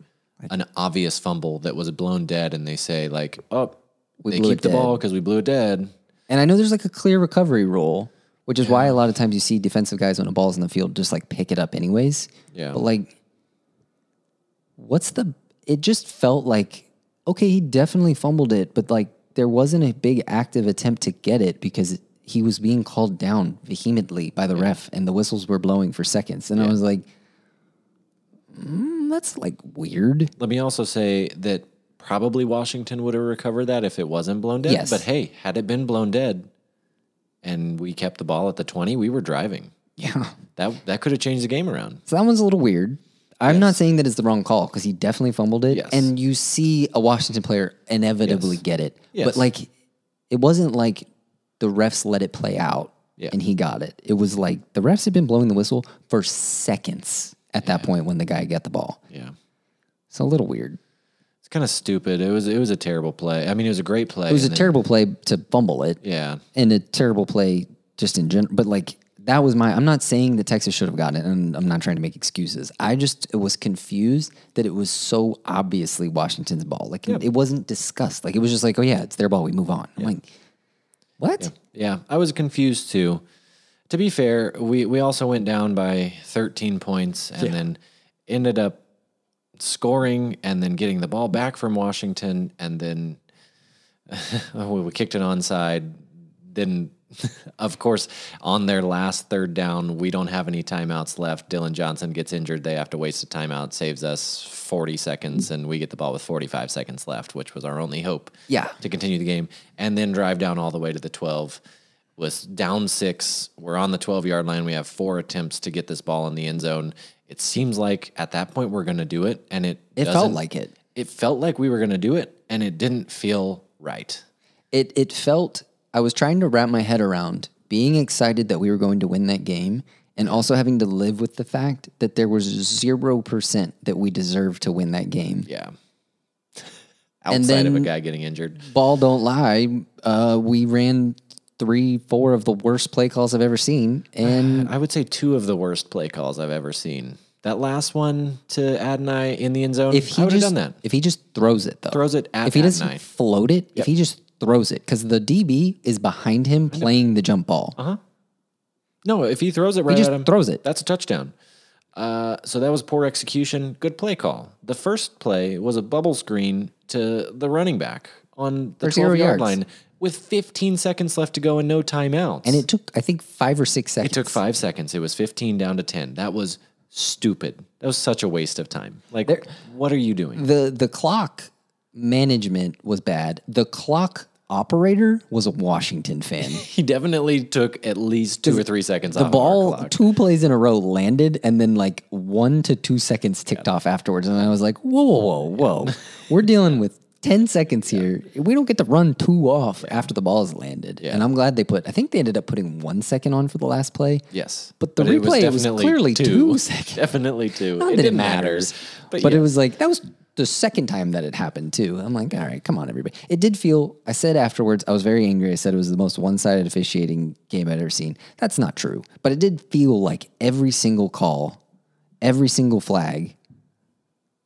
S1: an obvious fumble that was blown dead, and they say like, "Oh, we they
S2: blew
S1: keep
S2: it
S1: the
S2: dead."
S1: ball because we blew it dead."
S2: And I know there's like a clear recovery rule, which is why a lot of times you see defensive guys when a ball's in the field just like pick it up anyways.
S1: Yeah.
S2: But like, what's the? It just felt like okay, he definitely fumbled it, but like there wasn't a big active attempt to get it because he was being called down vehemently by the ref, and the whistles were blowing for seconds, and I was like, mm, that's like weird.
S1: Let me also say that probably Washington would have recovered that if it wasn't blown dead.
S2: Yes.
S1: But hey, had it been blown dead, and we kept the ball at the twenty, we were driving.
S2: Yeah.
S1: That that could have changed the game around.
S2: So that one's a little weird. I'm not saying that it's the wrong call because he definitely fumbled it,
S1: Yes.
S2: and you see a Washington player inevitably
S1: Yes.
S2: get it.
S1: Yes.
S2: But like, it wasn't like the refs let it play out
S1: Yeah.
S2: and he got it. It was like the refs had been blowing the whistle for seconds at that point when the guy got the ball.
S1: Yeah.
S2: It's a little weird.
S1: It's kind of stupid. It was it was a terrible play. I mean, it was a great play.
S2: It was a terrible play to fumble it,
S1: yeah.
S2: and a terrible play just in general. But like that was my. I'm not saying that Texas should have gotten it, and I'm not trying to make excuses. I just was confused that it was so obviously Washington's ball. Like it wasn't discussed. Like it was just like, oh yeah, it's their ball. We move on. I'm like, what?
S1: Yeah, I was confused too. To be fair, we we also went down by 13 points and then ended up scoring and then getting the ball back from Washington and then oh, we kicked it onside. Then, of course, on their last third down, we don't have any timeouts left. Dylan Johnson gets injured. They have to waste a timeout, saves us 40 seconds, and we get the ball with 45 seconds left, which was our only hope
S2: Yeah.
S1: to continue the game. And then drive down all the way to the 12. Was down six. We're on the 12 yard line. We have four attempts to get this ball in the end zone. It seems like at that point we're going to do it, and it
S2: It felt
S1: doesn't-
S2: like it.
S1: it felt like we were going to do it, and it didn't feel right.
S2: It it felt. I was trying to wrap my head around being excited that we were going to win that game. And also having to live with the fact that there was 0% that we deserved to win that game.
S1: Yeah.
S2: And
S1: Outside of a
S2: then-
S1: guy getting injured.
S2: ball don't lie. Uh, we ran three, four of the worst play calls I've ever seen, and
S1: I would say two of the worst play calls I've ever seen. That last one to Adonai in the end zone,
S2: If he
S1: I would have
S2: just
S1: done that.
S2: if he just throws it though,
S1: Throws it at
S2: if he
S1: Adonai.
S2: doesn't float it, if he just throws it, because the DB is behind him playing the jump ball.
S1: No, if he throws it right
S2: just
S1: at Uh-huh. him,
S2: throws it.
S1: That's a touchdown. Uh, so that was poor execution. Good play call. The first play was a bubble screen to the running back on the
S2: For zero
S1: 12 yard
S2: yards.
S1: line with 15 seconds left to go and no timeouts.
S2: And it took I think five or six seconds.
S1: It took five seconds. It was 15 down to 10. That was stupid. That was such a waste of time. Like, what are you doing?
S2: the the clock management was bad. The clock operator was a Washington fan.
S1: He definitely took at least two or three seconds off
S2: the
S1: of our
S2: ball
S1: clock.
S2: two plays in a row landed and then like one to two seconds ticked off afterwards and i was like whoa whoa whoa whoa we're dealing with 10 seconds here we don't get to run two off after the ball is landed and i'm glad they put i think they ended up putting one second on for the last play
S1: Yes.
S2: but the
S1: it
S2: replay it was
S1: definitely
S2: clearly two seconds.
S1: Definitely two.
S2: Not
S1: it
S2: that
S1: didn't matter.
S2: matters, but, it was like that was the second time that it happened too. I'm like, all right, come on, everybody. It did feel. I said afterwards, I was very angry. I said it was the most one-sided officiating game I'd ever seen. That's not true, but it did feel like every single call, every single flag,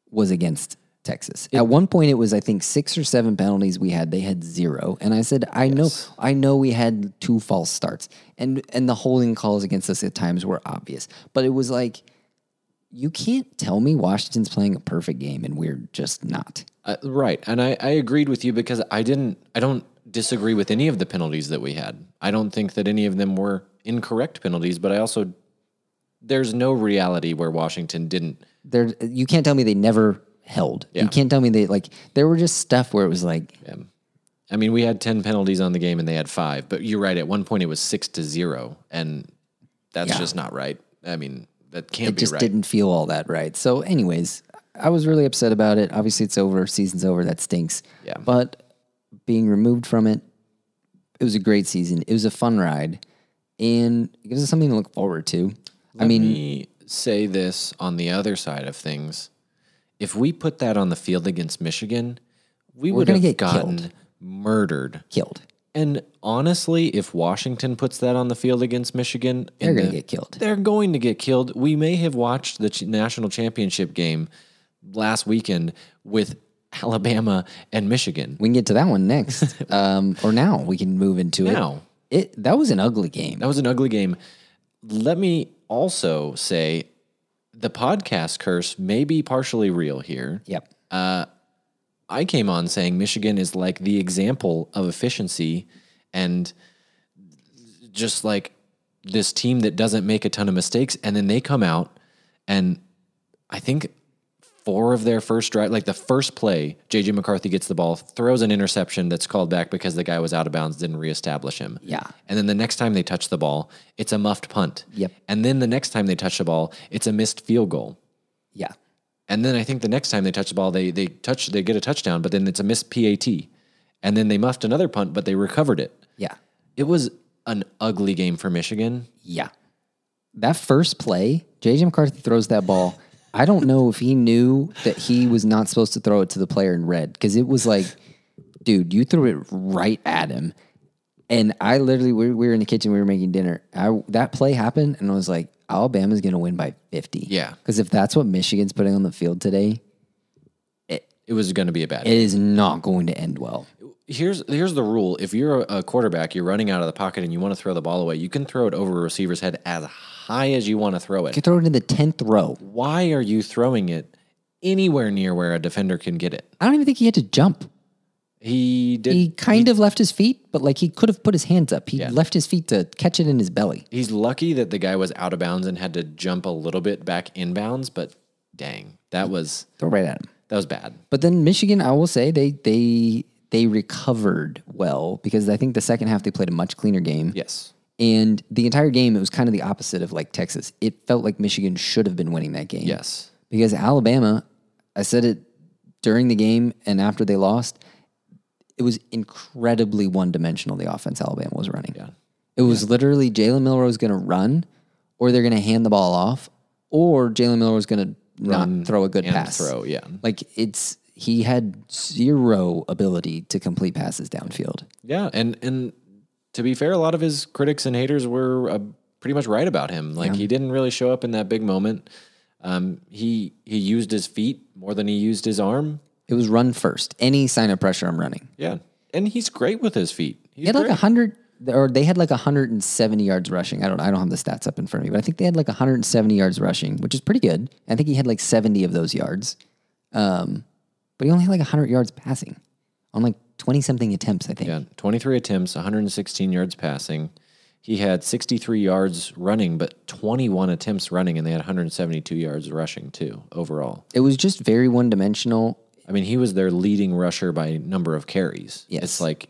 S2: was against Texas. At one point, it was I think six or seven penalties we had. They had zero, and I said, I know, I know, we had two false starts, and and the holding calls against us at times were obvious, but it was like you can't tell me Washington's playing a perfect game and we're just not.
S1: Uh, right, and I, I agreed with you because I didn't. I don't disagree with any of the penalties that we had. I don't think that any of them were incorrect penalties, but I also there's no reality where Washington didn't.
S2: They're, you can't tell me they never held. You can't tell me they like there were just stuff where it was like
S1: I mean, we had ten penalties on the game and they had five. But you're right. At one point, it was six to zero, and that's
S2: Yeah.
S1: just not right. I mean, that can't
S2: it
S1: be
S2: just
S1: right.
S2: didn't feel all that right. So, anyways, I was really upset about it. Obviously, it's over. Season's over. That stinks.
S1: Yeah.
S2: But being removed from it, it was a great season. It was a fun ride, and it gives us something to look forward to. I mean,
S1: Let me say this on the other side of things. If we put that on the field against Michigan, we would
S2: gonna
S1: have
S2: get
S1: gotten
S2: killed.
S1: murdered.
S2: killed.
S1: And honestly, if Washington puts that on the field against Michigan,
S2: They're
S1: in
S2: gonna
S1: the-
S2: get killed.
S1: They're going to get killed. We may have watched the ch- national championship game last weekend with Alabama and Michigan.
S2: We can get to that one next, um, or now we can move into
S1: Now.
S2: it. It that was an ugly game.
S1: That was an ugly game. Let me also say the podcast curse may be partially real here.
S2: Yep.
S1: I came on saying Michigan is like the example of efficiency and just like this team that doesn't make a ton of mistakes. And then they come out and I think four of their first drive, like the first play, JJ McCarthy gets the ball, throws an interception that's called back because the guy was out of bounds, didn't reestablish him.
S2: Yeah.
S1: And then the next time they touch the ball, it's a muffed punt.
S2: Yep.
S1: And then the next time they touch the ball, it's a missed field goal.
S2: Yeah.
S1: And then I think the next time they touch the ball, they they touch they get a touchdown, but then it's a missed PAT. And then they muffed another punt, but they recovered it.
S2: Yeah.
S1: It was an ugly game for Michigan.
S2: Yeah. That first play, JJ McCarthy throws that ball. I don't know if he knew that he was not supposed to throw it to the player in red because it was like, dude, you threw it right at him. And I literally, we, we were in the kitchen, we were making dinner. I, that play happened, and I was like, Alabama's going to win by 50.
S1: Yeah.
S2: Because if that's what Michigan's putting on the field today,
S1: It was going to be a bad.
S2: it is not going to end well.
S1: here's here's the rule: if you're a, a quarterback, you're running out of the pocket and you want to throw the ball away, you can throw it over a receiver's head as high as you want to throw it.
S2: You throw it in the 10th row.
S1: Why are you throwing it anywhere near where a defender can get it?
S2: I don't even think he had to jump.
S1: He did.
S2: He kind of left his feet, but like he could have put his hands up. He left his feet to catch it in his belly.
S1: he's lucky that the guy was out of bounds and had to jump a little bit back inbounds, but dang, that was
S2: Throw right at him.
S1: that was bad.
S2: But then Michigan, I will say they they they recovered well because I think the second half they played a much cleaner game.
S1: Yes.
S2: And the entire game it was kind of the opposite of like Texas. It felt like Michigan should have been winning that game.
S1: Yes.
S2: Because Alabama, I said it during the game and after they lost, it was incredibly one dimensional the offense Alabama was running. Yeah. It was literally Jalen Milroe's going to run, or they're going to hand the ball off, or Jalen Milroe's going to not throw a good pass.
S1: Throw, yeah.
S2: Like it's he had zero ability to complete passes downfield.
S1: Yeah, and and to be fair, a lot of his critics and haters were uh, pretty much right about him. Like he didn't really show up in that big moment. Um, he he used his feet more than he used his arm.
S2: It was run first. Any sign of pressure, I'm running.
S1: Yeah, and he's great with his feet.
S2: He
S1: He's
S2: had like
S1: great.
S2: a hundred, or they had like 170 yards rushing. I don't, I don't have the stats up in front of me, but I think they had like 170 yards rushing, which is pretty good. I think he had like 70 of those yards, um, but he only had like 100 yards passing on like 20 something attempts. I think.
S1: Yeah, 23 attempts, 116 yards passing. He had 63 yards running, but 21 attempts running, and they had 172 yards rushing too overall.
S2: It was just very one dimensional.
S1: I mean, he was their leading rusher by number of carries.
S2: Yes.
S1: It's like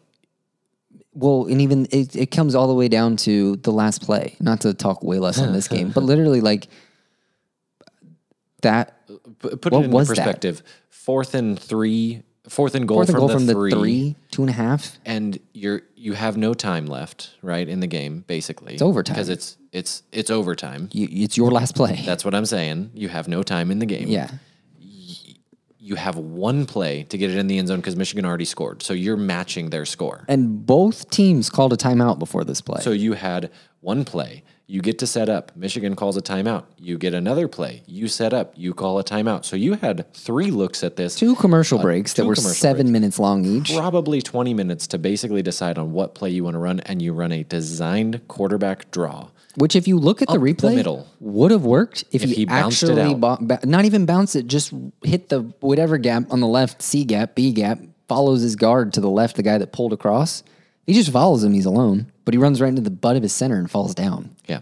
S2: Well, and even it, it comes all the way down to the last play. Not to talk way less on this game, but literally like that
S1: p- put
S2: What
S1: it in
S2: was that?
S1: perspective. Fourth and three, fourth and goal,
S2: fourth
S1: from,
S2: and goal
S1: the
S2: from
S1: three,
S2: the three, two and a half.
S1: and you're you have no time left, right, in the game basically. It's
S2: overtime.
S1: because it's it's it's overtime.
S2: You, it's your last play.
S1: That's what I'm saying. You have no time in the game.
S2: yeah.
S1: you have one play to get it in the end zone because Michigan already scored. So you're matching their score.
S2: And both teams called a timeout before this play.
S1: So you had one play. You get to set up. Michigan calls a timeout. You get another play. You set up. You call a timeout. So you had three looks at this.
S2: two commercial breaks
S1: uh, two
S2: that were
S1: commercial
S2: seven minutes long each.
S1: Probably 20 minutes to basically decide on what play you want to run, and you run a designed quarterback draw.
S2: Which, if you look at the replay,
S1: middle.
S2: would have worked if, you
S1: he bounced it
S2: actually
S1: out.
S2: bo- ba- not even bounce it, just hit the whatever gap on the left, C gap, B gap, follows his guard to the left, the guy that pulled across. He just follows him. He's alone, but he runs right into the butt of his center and falls down.
S1: Yeah.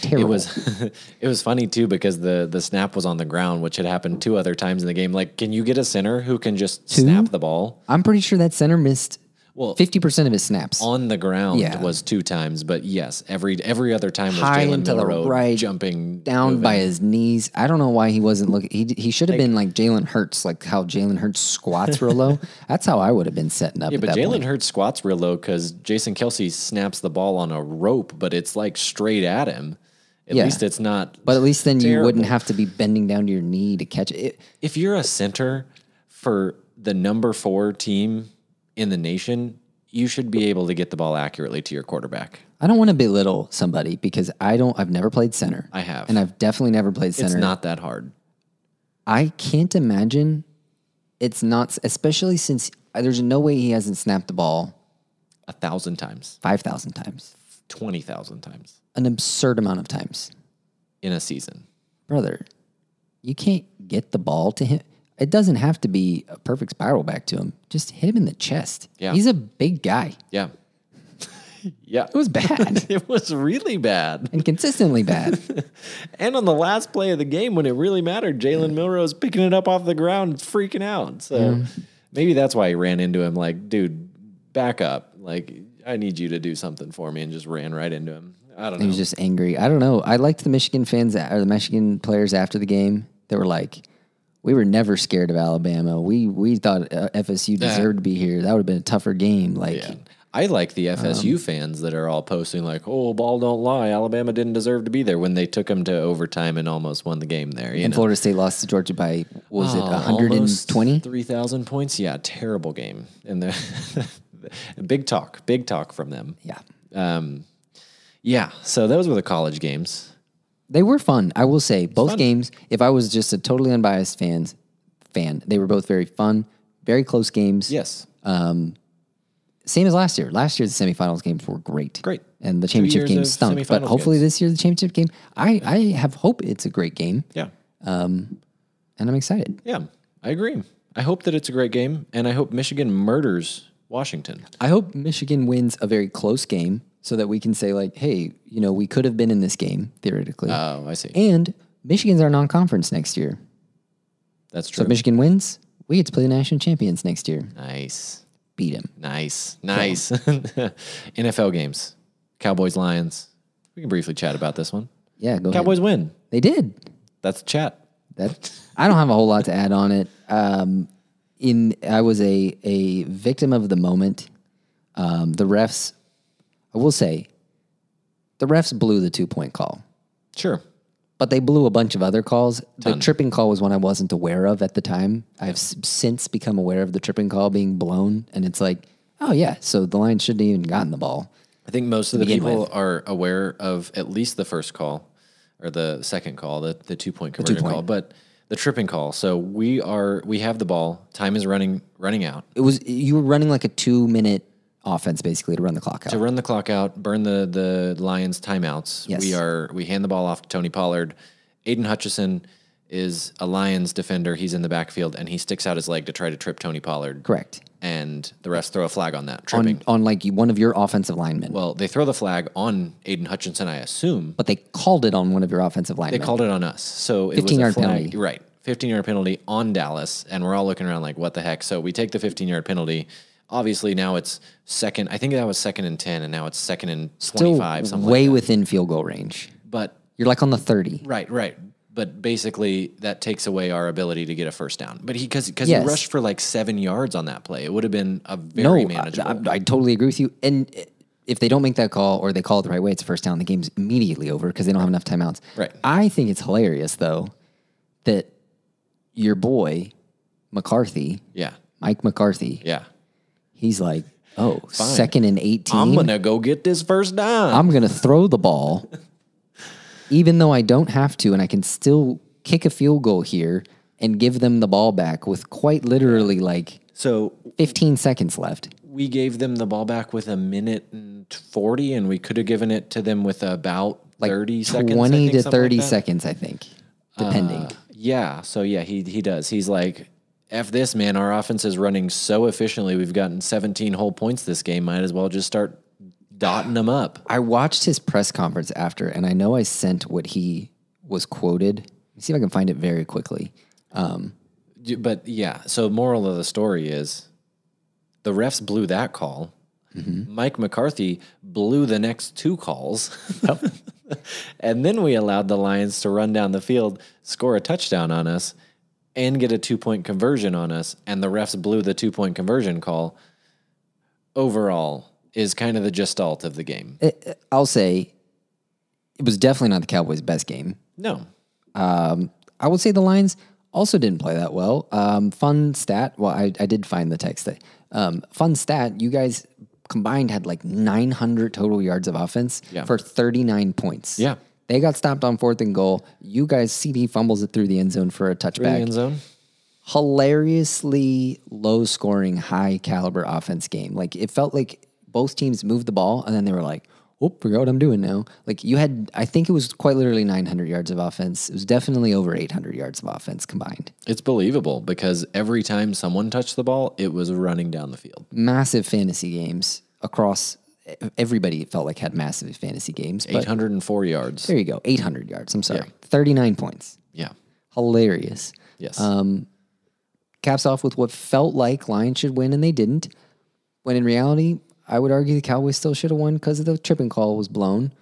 S2: Terrible.
S1: It was it was funny too because the the snap was on the ground, which had happened two other times in the game. Like, can you get a center who can just snap the ball?
S2: I'm pretty sure that center missed
S1: Well,
S2: fifty percent of his snaps.
S1: on the ground
S2: Yeah.
S1: was two times, but yes, every every other time was
S2: High
S1: Jalen
S2: into the
S1: Milrow
S2: right,
S1: jumping
S2: down by his knees. I don't know why he wasn't looking. He, he should have been like Jalen Hurts, like how Jalen Hurts squats real low. That's how I would have been setting up.
S1: Yeah,
S2: at
S1: but
S2: that
S1: Jalen
S2: point.
S1: Hurts squats real low because Jason Kelsey snaps the ball on a rope, but it's like straight at him. At
S2: Yeah.
S1: least it's not.
S2: But at least then you
S1: Terrible.
S2: wouldn't have to be bending down to your knee to catch it. It-
S1: if you're a center for the number four team in the nation, you should be able to get the ball accurately to your quarterback.
S2: I don't want to belittle somebody because I don't. I've never played center.
S1: I have.
S2: and I've definitely never played
S1: It's
S2: center.
S1: not that hard.
S2: I can't imagine. It's not, especially since there's no way he hasn't snapped the ball
S1: A thousand times,
S2: five thousand times,
S1: twenty thousand times
S2: an absurd amount of times.
S1: in a season.
S2: brother, you can't get the ball to him. It doesn't have to be a perfect spiral back to him. Just hit him in the chest.
S1: Yeah.
S2: He's a big guy.
S1: Yeah, yeah.
S2: It was bad
S1: It was really bad.
S2: and consistently bad.
S1: And on the last play of the game, when it really mattered, Jalen Milrose picking it up off the ground, freaking out. So maybe that's why he ran into him. Like, dude, back up. Like, I need you to do something for me, and just ran right into him. I don't
S2: He
S1: know.
S2: was just angry. I don't know. I liked the Michigan fans uh, or the Michigan players after the game. They were like, "We were never scared of Alabama. We we thought uh, FSU deserved to be here. That would have been a tougher game." Like,
S1: Yeah. Um, I like the FSU fans that are all posting like, "Oh, ball don't lie. Alabama didn't deserve to be there when they took them to overtime and almost won the game there." You
S2: and
S1: know?
S2: Florida State lost to Georgia by what was it
S1: Oh,
S2: 120?
S1: almost 3,000 points. Yeah, terrible game. And the big talk, big talk from them.
S2: Yeah.
S1: Yeah, so those were the college games.
S2: They were fun. I will say both games. If I was just a totally unbiased fans fan, they were both very fun, very close games.
S1: Yes.
S2: Same as last year. Last year the semifinals games were great.
S1: Great.
S2: And the championship
S1: years
S2: game
S1: of
S2: stunk. But
S1: semifinals
S2: hopefully
S1: games.
S2: this year the championship game. I I have hope it's a great game,
S1: Yeah.
S2: and I'm excited.
S1: Yeah. I agree. I hope that it's a great game, and I hope Michigan murders Washington.
S2: I hope Michigan wins a very close game so that we can say like, hey, you know, we could have been in this game theoretically.
S1: Oh, I see.
S2: Uh. and Michigan's our non-conference next year.
S1: That's
S2: So
S1: true.
S2: if Michigan wins, we get to play the national champions next year.
S1: nice.
S2: Beat them.
S1: Nice. Nice. NFL games. Cowboys Lions. We can briefly chat about this one.
S2: Yeah, go ahead.
S1: Cowboys win.
S2: They did.
S1: That's the chat.
S2: That I don't have a whole lot to add on it. Um, in I was a a victim of the moment. Um, the refs, I will say, the refs blew the two point call,
S1: Sure.
S2: but they blew a bunch of other calls. The tripping call was one I wasn't aware of at the time. I've s- since become aware of the tripping call being blown, and it's like, oh yeah, so the line shouldn't have even gotten the ball.
S1: I think most of the
S2: begin
S1: people are aware of at least the first call. or the second call, the, the two point conversion call, but the tripping call. So we are we have the ball. Time is running running out.
S2: It was you were running like a two minute offense basically to run the clock out.
S1: to run the clock out, burn the the Lions timeouts.
S2: Yes.
S1: We are we hand the ball off to Tony Pollard. Aiden Hutchison is a Lions defender. He's in the backfield and he sticks out his leg to try to trip Tony Pollard.
S2: Correct.
S1: And the rest throw a flag on that tripping.
S2: On, on like one of your offensive linemen.
S1: well, they throw the flag on Aiden Hutchinson, I assume.
S2: but they called it on one of your offensive linemen.
S1: They called it on us. So it
S2: 15
S1: was a
S2: yard
S1: flag,
S2: penalty.
S1: Right. 15 yard penalty on Dallas. And we're all looking around like, what the heck? So we take the 15 yard penalty. Obviously, now it's second. I think that was second and 10, and now it's second and 25,
S2: Still
S1: something
S2: way
S1: like
S2: within field goal range.
S1: that. But
S2: You're like on the 30.
S1: Right, right. But basically, that takes away our ability to get a first down. But he because because
S2: Yes.
S1: he rushed for like seven yards on that play, it would have been a
S2: No,
S1: very
S2: I,
S1: manageable.
S2: I- I totally agree with you. And eh, if they don't make that call or they call it the right way, it's a first down. The game's immediately over because they don't have enough timeouts.
S1: Right.
S2: I think it's hilarious though that your boy McCarthy,
S1: yeah,
S2: Mike McCarthy,
S1: yeah.
S2: he's like, oh, second and eighteen.
S1: I'm gonna go get this first down.
S2: I'm gonna throw the ball, even though I don't have to, and I can still kick a field goal here and give them the ball back with quite literally like
S1: so
S2: 15 seconds left.
S1: we gave them the ball back with a minute and forty, and we could have given it to them with about thirty seconds, I
S2: 20
S1: think,
S2: to
S1: something like
S2: 30
S1: that. Uh,
S2: seconds, I think, depending.
S1: Yeah. So yeah, he he does. He's like, f this man. Our offense is running so efficiently. We've gotten 17 whole points this game. Might as well just start dotting them up.
S2: I watched his press conference after, and I know I sent what he was quoted. Let me see if I can find it very quickly.
S1: D- but yeah, so moral of the story is the refs blew that call. Mike McCarthy blew the next two calls. and then we allowed the Lions to run down the field, score a touchdown on us, and get a two point conversion on us. And the refs blew the two point conversion call. Overall, is kind of the gestalt of the game.
S2: It, I'll say it was definitely not the Cowboys' best game.
S1: No.
S2: I would say the Lions also didn't play that well. Um, fun stat. Well, I, I did find the text that um, fun stat. You guys combined had like 900 total yards of offense
S1: Yeah.
S2: for 39 points.
S1: Yeah.
S2: They got stopped on fourth and goal. You guys, CD fumbles it through the end zone for a
S1: The
S2: touchback.
S1: end zone.
S2: Hilariously low scoring, high caliber offense game. Like it felt like both teams moved the ball and then they were like, oh, forgot what I'm doing now. Like you had, I think it was quite literally 900 yards of offense. It was definitely over 800 yards of offense combined.
S1: It's believable because every time someone touched the ball, it was running down the field.
S2: Massive fantasy games across everybody, it felt like had massive fantasy games. But
S1: 804 yards.
S2: there you go, 800 yards. I'm sorry, 39 points.
S1: Yeah.
S2: Hilarious.
S1: Yes.
S2: caps off with what felt like Lions should win and they didn't. When in reality, I would argue the Cowboys still should have won because the tripping call was blown.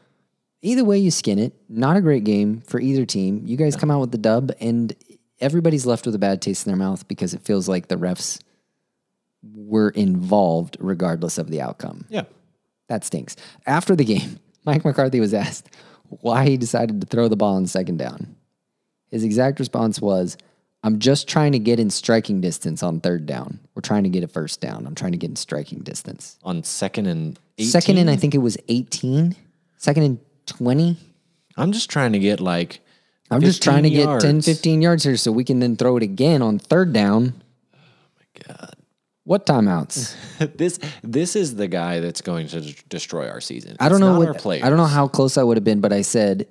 S2: Either way you skin it, not a great game for either team. You guys come out with the dub and everybody's left with a bad taste in their mouth because it feels like the refs were involved regardless of the outcome.
S1: yeah.
S2: That stinks. After the game, Mike McCarthy was asked why he decided to throw the ball on second down. His exact response was, I'm just trying to get in striking distance on third down. We're trying to get a first down. I'm trying to get in striking distance.
S1: On second and 18.
S2: Second and I think it was 18. Second and 20.
S1: I'm just trying to get like.
S2: I'm just trying to
S1: 15
S2: get 10,
S1: yards.
S2: 15 yards here so we can then throw it again on third down. Oh my God. What timeouts?
S1: this this is the guy that's going to d- destroy our season.
S2: I don't
S1: It's
S2: know
S1: not
S2: what
S1: our player.
S2: I don't know how close I would have been, but I said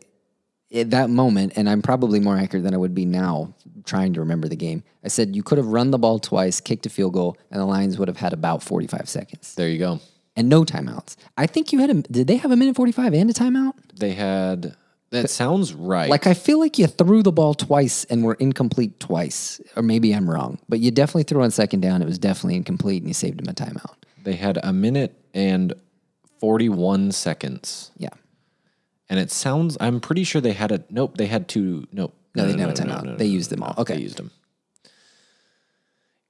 S2: at that moment, and I'm probably more accurate than I would be now trying to remember the game. I said you could have run the ball twice, kicked a field goal, and the Lions would have had about 45 seconds
S1: There you go.
S2: and no timeouts. I think you had a did they have a minute 45 and a timeout?
S1: They had that sounds right.
S2: Like I feel like you threw the ball twice and were incomplete twice, or maybe I'm wrong, but you definitely threw on second down. It was definitely incomplete, and you saved him a timeout.
S1: they had a minute and 41 seconds.
S2: Yeah,
S1: And it sounds I'm pretty sure they had a nope, they had two nope.
S2: no, they didn't have a timeout. they used them all.
S1: They
S2: Okay,
S1: used them.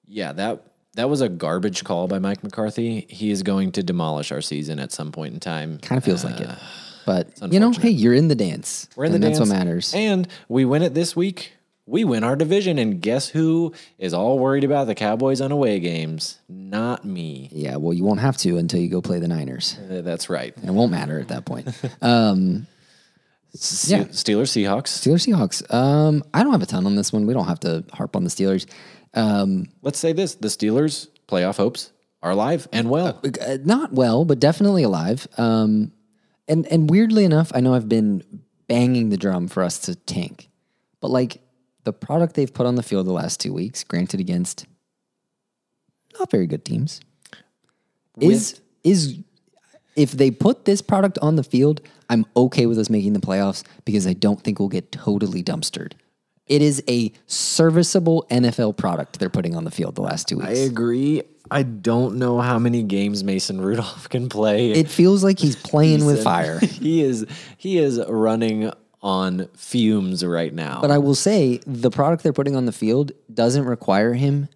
S1: Yeah, that that was a garbage call by Mike McCarthy. He is going to demolish our season at some point in time.
S2: Kind of feels like it. But you know, hey, you're in the dance.
S1: Uh, We're in the
S2: and
S1: dance.
S2: That's what matters.
S1: And we win it this week. We win our division. And guess who is all worried about the Cowboys on away games? Not me.
S2: yeah, well, you won't have to until you go play the Niners.
S1: Uh, That's right.
S2: It won't matter at that point.
S1: S-
S2: Yeah.
S1: Steelers, Seahawks.
S2: Steelers Seahawks. Um, I don't have a ton on this one. We don't have to harp on the Steelers. Um,
S1: Let's say this: the Steelers' playoff hopes are alive and well.
S2: uh, not well, but definitely alive. Um, and and weirdly enough, I know I've been banging the drum for us to tank, but like the product they've put on the field the last two weeks, granted against not very good teams, is is if they put this product on the field, I'm okay with us making the playoffs because I don't think we'll get totally dumpstered. It is a serviceable NFL product they're putting on the field the last two weeks.
S1: agree. I don't know how many games Mason Rudolph can play.
S2: it feels like he's playing with fire.
S1: he is he is running on fumes right now.
S2: But I will say the product they're putting on the field doesn't require him.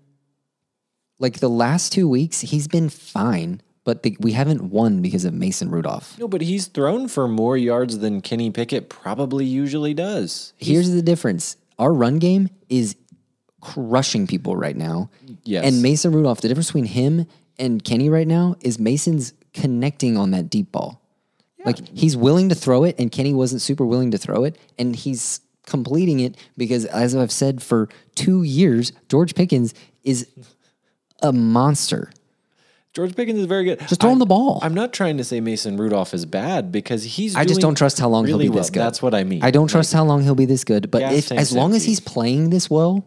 S2: Like the last two weeks, he's been fine, but the, we haven't won because of Mason Rudolph.
S1: no, but he's thrown for more yards than Kenny Pickett probably usually does.
S2: Here's the difference our run game is crushing people right now.
S1: Yes.
S2: And Mason Rudolph, the difference between him and Kenny right now is Mason's connecting on that deep ball. Like he's willing to throw it, and Kenny wasn't super willing to throw it, and he's completing it because, as I've said for two years, George Pickens is a monster.
S1: George Pickens is very good.
S2: Just throw him the ball.
S1: I'm not trying to say Mason Rudolph is bad because he's.
S2: I just
S1: doing
S2: don't trust how long
S1: really
S2: he'll be
S1: well.
S2: this good.
S1: That's what I mean.
S2: I don't trust how long he'll be this good, but
S1: Gas
S2: if,
S1: tank
S2: as long as
S1: empty.
S2: he's playing this well,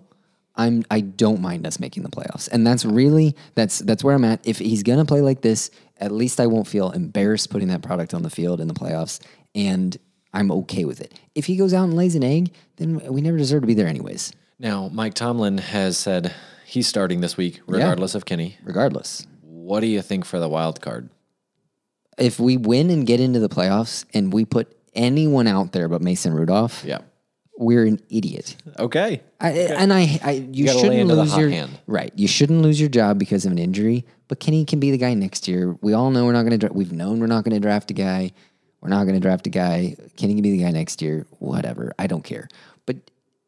S2: I'm I don't mind us making the playoffs. And that's really that's that's where I'm at. If he's gonna play like this, at least I won't feel embarrassed putting that product on the field in the playoffs, and I'm okay with it. If he goes out and lays an egg, then we never deserve to be there anyways.
S1: Now, Mike Tomlin has said he's starting this week, regardless of Kenny.
S2: Regardless,
S1: What do you think for the wild card?
S2: if we win and get into the playoffs, and we put anyone out there but Mason Rudolph,
S1: Yeah.
S2: we're an idiot.
S1: Okay.
S2: I, And I, I you,
S1: gotta lay
S2: shouldn't
S1: into the
S2: lose
S1: hot
S2: your
S1: hand.
S2: right. You shouldn't lose your job because of an injury. But Kenny can be the guy next year. We all know we're not going to. Dra- we've known we're not going to draft a guy. We're not going to draft a guy. Kenny can be the guy next year. Whatever. I don't care. But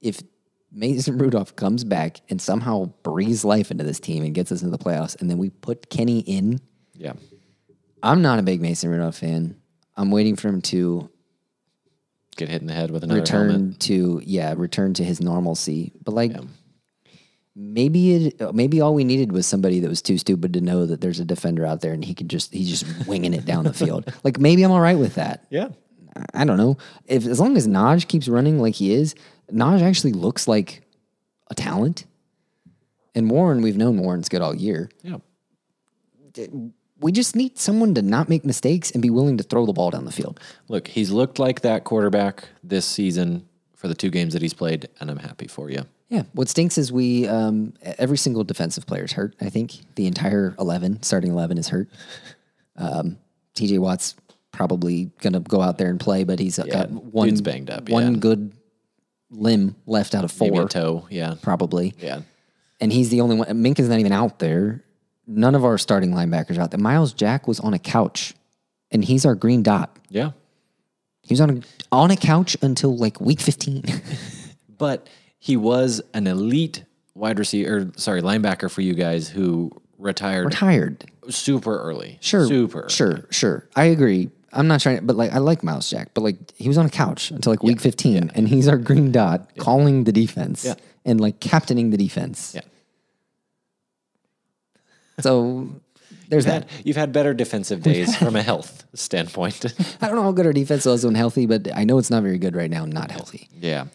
S2: if Mason Rudolph comes back and somehow breathes life into this team and gets us into the playoffs, and then we put Kenny in,
S1: Yeah.
S2: I'm not a big Mason Rudolph fan. I'm waiting for him to
S1: Get hit in the head with another
S2: return
S1: helmet.
S2: to yeah return to his normalcy but like maybe it maybe all we needed was somebody that was too stupid to know that there's a defender out there and he could just he's just winging it down the field like maybe i'm all right with that
S1: Yeah.
S2: I- i don't know if as long as naj keeps running like he is naj actually looks like a talent and warren we've known warren's good all year
S1: Yeah.
S2: we just need someone to not make mistakes and be willing to throw the ball down the field
S1: Look, he's looked like that quarterback this season for the two games that he's played, and I'm happy for you.
S2: Yeah. What stinks is we um, every single defensive player is hurt. I think the entire eleven, starting eleven, is hurt. Um, T.J. Watt's probably gonna go out there and play, but he's got one
S1: dude's banged up,
S2: one
S1: yeah.
S2: good limb left out of
S1: Maybe
S2: four,
S1: a toe. Yeah.
S2: probably.
S1: Yeah.
S2: And he's the only one. Minka's not even out there. None of our starting linebackers are out there. Miles Jack was on a couch, and he's our green dot.
S1: Yeah.
S2: He was on a, on a couch until like week fifteen.
S1: But he was an elite wide receiver, or, sorry, linebacker for you guys who retired
S2: Tired.
S1: super early.
S2: Sure.
S1: Super.
S2: Sure, sure. I agree. I'm not trying to, but like, I like Miles Jack, but like, he was on a couch until like week 15, and he's our green dot calling the defense and like captaining the defense.
S1: Yeah.
S2: So there's that.
S1: Had- You've had better defensive days from a health standpoint.
S2: I don't know how good our defense was when healthy, but I know it's not very good right now, not healthy.
S1: yeah.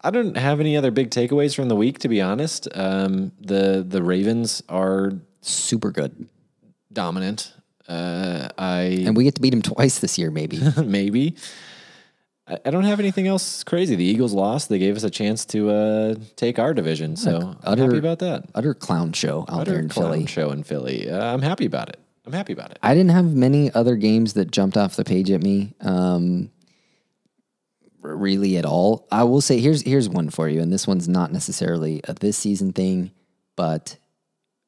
S1: I don't have any other big takeaways from the week, to be honest. Um, the the Ravens are
S2: Super good.
S1: dominant. Uh, I
S2: And we get to beat him twice this year, maybe.
S1: maybe I, I don't have anything else crazy. The Eagles lost. They gave us a chance to uh, take our division, so I'm happy about that.
S2: Utter clown show out there in
S1: Clown
S2: Philly.
S1: show in Philly. Uh, I'm happy about it. I'm happy about it.
S2: I didn't have many other games that jumped off the page at me, um, r- really at all. I will say here's here's one for you, and this one's not necessarily a this season thing, but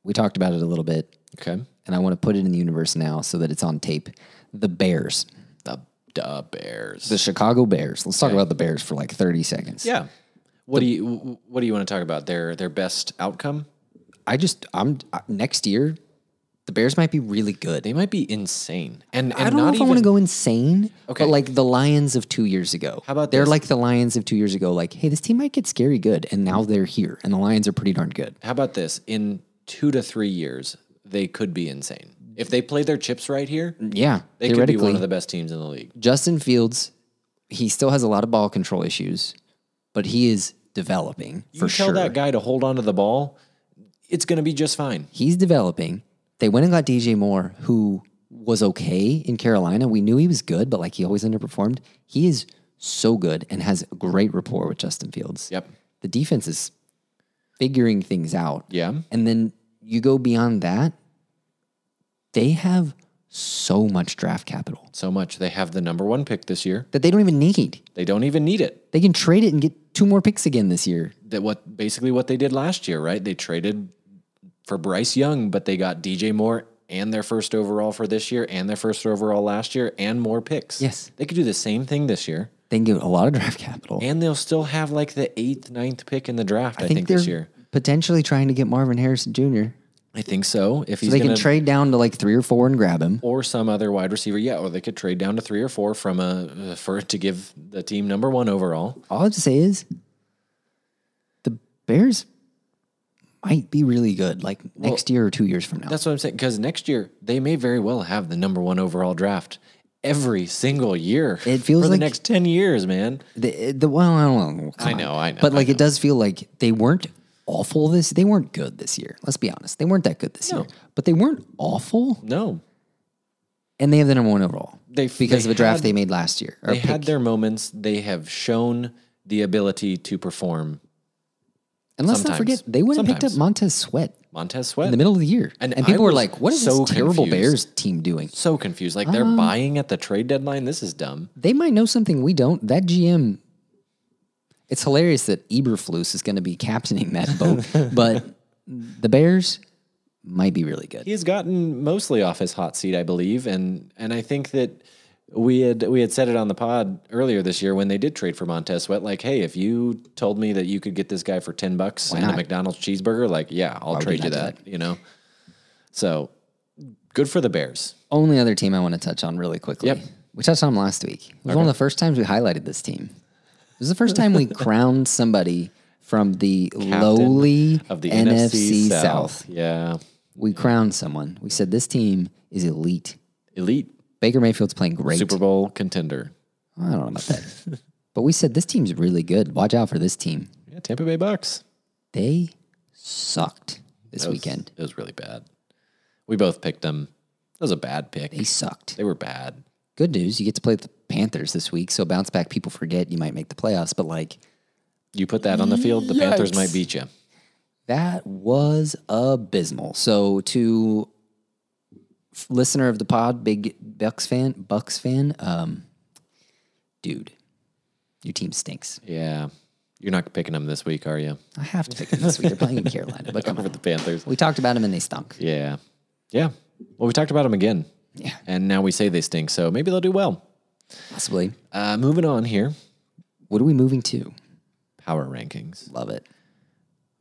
S2: we talked about it a little bit,
S1: Okay.
S2: and I want to put it in the universe now so that it's on tape. The Bears,
S1: The, the Bears.
S2: the Chicago Bears. Let's talk about the Bears for like thirty seconds.
S1: yeah. What do you wh- What do you want to talk about? Their Their best outcome.
S2: I just I'm I- uh, next year. the Bears might be really good.
S1: They might be insane. And, and
S2: I don't know
S1: not
S2: if I want to
S1: even-
S2: go insane,
S1: Okay.
S2: but like the Lions of two years ago.
S1: How about
S2: they're
S1: this?
S2: like the Lions of two years ago? Like, hey, this team might get scary good, and now they're here, and the Lions are pretty darn good.
S1: How about this? In two to three years, they could be insane. If they play their chips right here,
S2: Yeah,
S1: they could be one of the best teams in the league.
S2: Justin Fields, he still has a lot of ball control issues, but he is developing
S1: You
S2: for
S1: tell
S2: sure.
S1: that guy to hold on to the ball, it's going to be just fine.
S2: He's developing. They went and got DJ Moore, who was okay in Carolina. We knew he was good, but like he always underperformed. He is so good and has a great rapport with Justin Fields.
S1: Yep.
S2: The defense is figuring things out.
S1: Yeah.
S2: And then you go beyond that, they have so much draft capital
S1: So much. They have the number one pick this year.
S2: that they don't even need.
S1: They don't even need it.
S2: They can trade it and get two more picks again this year.
S1: That what basically what they did last year, right? They traded for Bryce Young, but they got DJ Moore and their first overall for this year, and their first overall last year, and more picks.
S2: Yes.
S1: They could do the same thing this year.
S2: They can get a lot of draft capital.
S1: And they'll still have like the eighth, ninth pick in the draft, I, think,
S2: they're
S1: this year.
S2: potentially trying to get Marvin Harrison Jr.
S1: I think so. If he's
S2: So they
S1: gonna,
S2: can trade down to like three or four and grab him.
S1: or some other wide receiver, yeah, or they could trade down to three or four from a uh, for to give the team number one overall.
S2: All I have to say is the Bears might be really good like next year or two years from now.
S1: That's what I'm saying. Because next year they may very well have the number one overall draft every single year.
S2: It feels
S1: for
S2: like-
S1: the next ten years, man.
S2: The, the well, I don't know. Come
S1: I
S2: on.
S1: know, I know,
S2: But like,
S1: I
S2: it does feel like they weren't awful this. They weren't good this year. Let's be honest. They weren't that good this year. But they weren't awful,
S1: No,
S2: and they have the number one overall.
S1: They-
S2: because
S1: they
S2: of a draft
S1: had-
S2: they made last year. or
S1: they had their moments. They have shown the ability to perform.
S2: and let's not
S1: sometimes.
S2: forget they went and picked up
S1: Sometimes.
S2: Montez Sweat
S1: Montez Sweat
S2: in the middle of the year,
S1: And
S2: and,
S1: I
S2: people were
S1: was
S2: like, "What is
S1: so
S2: this terrible
S1: confused.
S2: Bears team doing?"
S1: So confused. Like
S2: Uh-huh.
S1: they're buying at the trade deadline. This is dumb.
S2: They might know something we don't. That GM. It's hilarious that Eberflus is going to be captaining that boat, but the Bears might be really good.
S1: he's gotten mostly off his hot seat, I believe, and and I think that we had we had said it on the pod earlier this year when they did trade for Montez Sweat. Like, hey, if you told me that you could get this guy for ten bucks and a
S2: not?
S1: McDonald's cheeseburger, like, yeah, I'll
S2: would
S1: trade
S2: you
S1: you
S2: not
S1: that. You know, so good for the Bears.
S2: only other team I want to touch on really quickly.
S1: Yep.
S2: We touched on them last week. It was one of the first times we highlighted this team. It was the first time we crowned somebody from the lowly
S1: Of the
S2: NFC, South.
S1: yeah,
S2: We crowned someone. We said this team is elite.
S1: elite
S2: Baker Mayfield's playing great.
S1: Super Bowl contender.
S2: I don't know about that. but we said this team's really good. Watch out for this team.
S1: Yeah, Tampa Bay Bucks
S2: They sucked this
S1: That was-
S2: weekend.
S1: It was really bad. We both picked them. That was a bad pick.
S2: They sucked.
S1: they were bad.
S2: Good news, you get to play the Panthers this week, so bounce back people forget you might make the playoffs, but like
S1: You put that on the field, the Panthers
S2: Yikes.
S1: might beat you.
S2: That was abysmal. So to f- listener of the pod, big Bucks fan, Bucks fan, um, dude, your team stinks.
S1: Yeah. You're not picking them this week, are you?
S2: I have to pick them this week. They're playing in Carolina, but come
S1: Over
S2: on.
S1: the Panthers.
S2: We talked about them and they stunk.
S1: Yeah. Yeah. Well, we talked about them again.
S2: Yeah.
S1: And now we say they stink, so maybe they'll do well.
S2: Possibly.
S1: Uh, moving on here,
S2: What are we moving to?
S1: power rankings.
S2: Love it.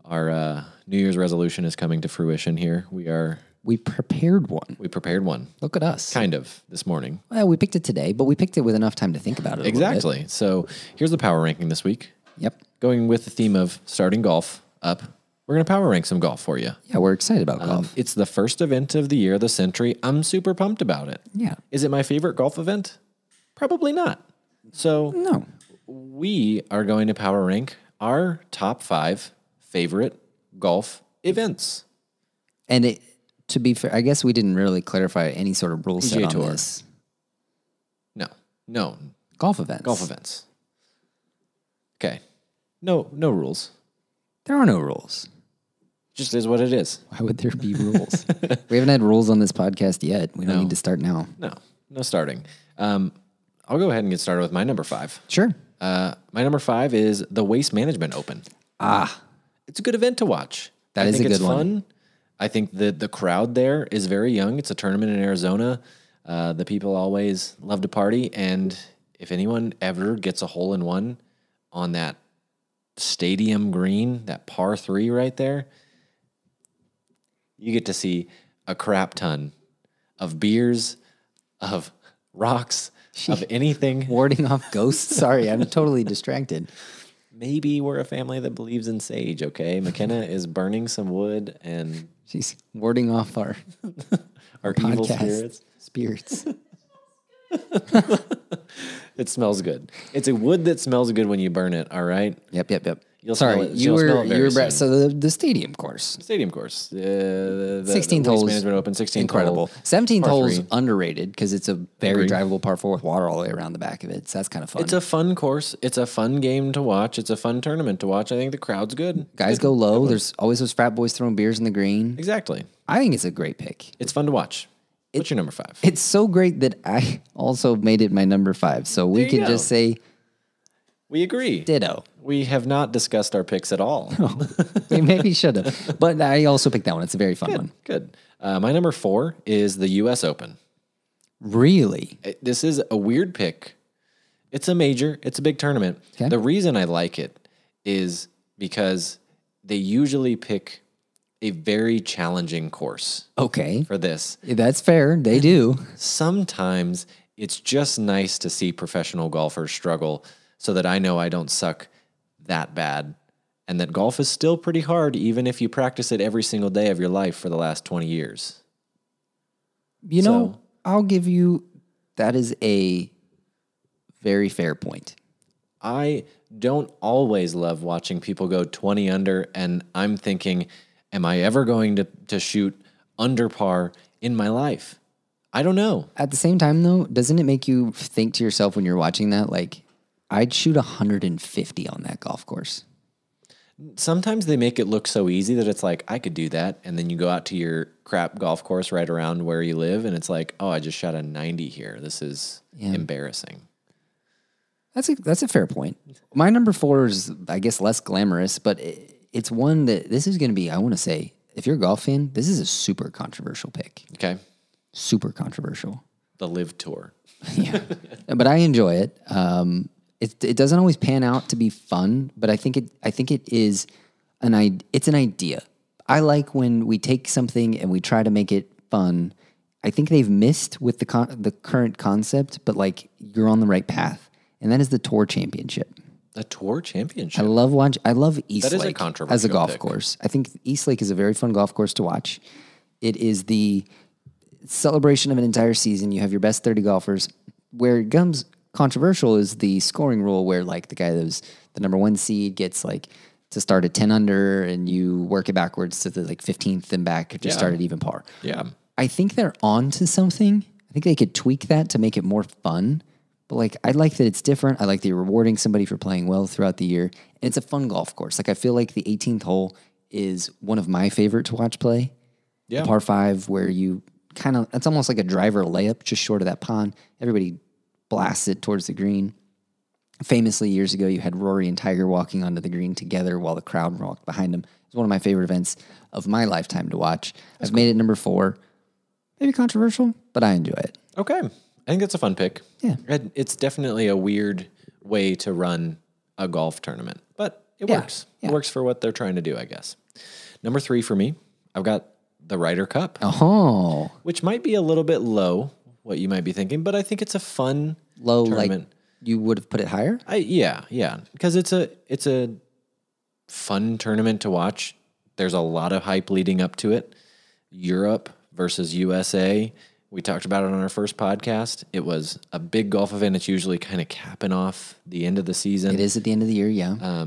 S1: Our uh, New Year's resolution is coming to fruition here. We are
S2: We prepared one.
S1: we prepared one
S2: Look at us.
S1: kind of this morning.
S2: Well, we picked it today, but we picked it with enough time to think about it. a little bit.
S1: Exactly. So here's the power ranking this week.
S2: Yep.
S1: Going with the theme of starting golf up. We're gonna power rank some golf for you.
S2: Yeah, we're excited about
S1: Um,
S2: golf.
S1: It's the first event of the year, the century. I'm super pumped about it.
S2: Yeah.
S1: Is it my favorite golf event? Probably not. So
S2: No.
S1: we are going to power rank our top five favorite golf events.
S2: And it, to be fair, I guess we didn't really clarify any sort of rule set
S1: PGA
S2: on
S1: Tour.
S2: this.
S1: No, no
S2: Golf events.
S1: golf events. Okay, no, no rules.
S2: There are no rules.
S1: Just is what it is.
S2: Why would there be rules? we haven't had rules on this podcast yet. We don't need to start now.
S1: No, no starting. Um, I'll go ahead and get started with my number five.
S2: Sure.
S1: Uh, my number five is the Waste Management Open.
S2: Ah,
S1: it's a good event to watch.
S2: That
S1: I
S2: is a
S1: think
S2: good
S1: it's
S2: one.
S1: Fun. I think the the crowd there is very young. It's a tournament in Arizona. Uh, the people always love to party, and if anyone ever gets a hole in one on that stadium green, that par three right there, you get to see a crap ton of beers, of rocks, of anything.
S2: Warding off ghosts. Sorry, I'm totally distracted.
S1: Maybe we're a family that believes in sage, okay? McKenna is burning some wood and
S2: She's warding off our
S1: our evil
S2: podcast
S1: spirits.
S2: Spirits.
S1: It smells good. It's a wood that smells good when you burn it, all right?
S2: Yep, yep, yep.
S1: You'll
S2: Sorry,
S1: smell it-
S2: you
S1: you'll smell
S2: were
S1: it
S2: you
S1: very
S2: were bra-
S1: soon.
S2: so the, the stadium course.
S1: Stadium course. Uh, the, the
S2: 16th
S1: waste
S2: holes.
S1: management open, 16th hole.
S2: Incredible. 17th
S1: Par
S2: hole's
S1: three.
S2: underrated because it's a very drivable par four with water all the way around the back of it. So that's kind of fun.
S1: It's a fun course. It's a fun game to watch. It's a fun tournament to watch. I think the crowd's good.
S2: Guys go low. There's always those frat boys throwing beers in the green.
S1: Exactly.
S2: I think it's a great pick.
S1: It's fun to watch. What's your number five?
S2: It's so great that I also made it my number five. So
S1: There
S2: we
S1: you
S2: could just
S1: go.
S2: say
S1: We agree.
S2: ditto.
S1: We have not discussed our picks at all.
S2: we maybe should have. But I also picked that one. It's a very fun one.
S1: Good. Uh, my number four is the U.S. Open.
S2: Really?
S1: It- this is a weird pick. It's a major. It's a big tournament.
S2: Okay.
S1: The reason I like it is because they usually pick a very challenging course
S2: Okay.
S1: for this.
S2: That's fair. They do.
S1: sometimes it's just nice to see professional golfers struggle so that I know I don't suck that bad and that golf is still pretty hard, even if you practice it every single day of your life for the last 20 years.
S2: You know,
S1: So-
S2: I'll give you that is a very fair point.
S1: I don't always love watching people go 20 under, and I'm thinking, am I ever going to, to shoot under par in my life? I don't know.
S2: At the same time, though, doesn't it make you think to yourself when you're watching that, like, I'd shoot 150 on that golf course?
S1: sometimes they make it look so easy that it's like I could do that, and then you go out to your crap golf course right around where you live, and it's like, oh, I just shot a ninety here. This is embarrassing.
S2: That's a that's a fair point. My number four is, I guess, less glamorous, but it, it's one that this is going to be. I want to say, if you're a golf fan, this is a super controversial pick.
S1: Okay,
S2: Super controversial.
S1: the live tour.
S2: yeah, but I enjoy it. Um, it it doesn't always pan out to be fun, but I think it I think it is an I, it's an idea. I like when we take something and we try to make it fun. I think they've missed with the con- the current concept, but like you're on the right path, and that is the tour championship.
S1: A tour championship.
S2: I love watch. I love East
S1: is a
S2: Lake as a
S1: controversial
S2: golf
S1: pick.
S2: course. I think East Lake is a very fun golf course to watch. It is the celebration of an entire season. You have your best thirty golfers. Where it comes controversial is the scoring rule, where like the guy that was the number one seed gets like to start at ten under, and you work it backwards to the like fifteenth and back to start at even par.
S1: yeah,
S2: I think they're on to something. I think they could tweak that to make it more fun. But like I like that it's different. I like that you're rewarding somebody for playing well throughout the year. And it's a fun golf course. Like I feel like the 18th hole is one of my favorite to watch play.
S1: Yeah.
S2: The par five where you kind of it's almost like a driver layup just short of that pond. Everybody blasts it towards the green. Famously, years ago, you had Rory and Tiger walking onto the green together while the crowd walked behind them. It's one of my favorite events of my lifetime to watch. I've made it number four maybe controversial, but I enjoy it.
S1: okay. I think that's a fun pick.
S2: Yeah.
S1: It- it's definitely a weird way to run a golf tournament, but it
S2: Yeah,
S1: works.
S2: yeah.
S1: It works for what they're trying to do, I guess. Number three for me, I've got the Ryder Cup.
S2: Oh,
S1: which might be a little bit low, what you might be thinking, but I think it's a fun
S2: low
S1: tournament.
S2: like you would have put it higher.
S1: I yeah, yeah, because it's a it's a fun tournament to watch. There's a lot of hype leading up to it. Europe versus USA. We talked about it on our first podcast. It was a big golf event. It's usually kind of capping off the end of the season
S2: It is at the end of the year, yeah.
S1: Uh.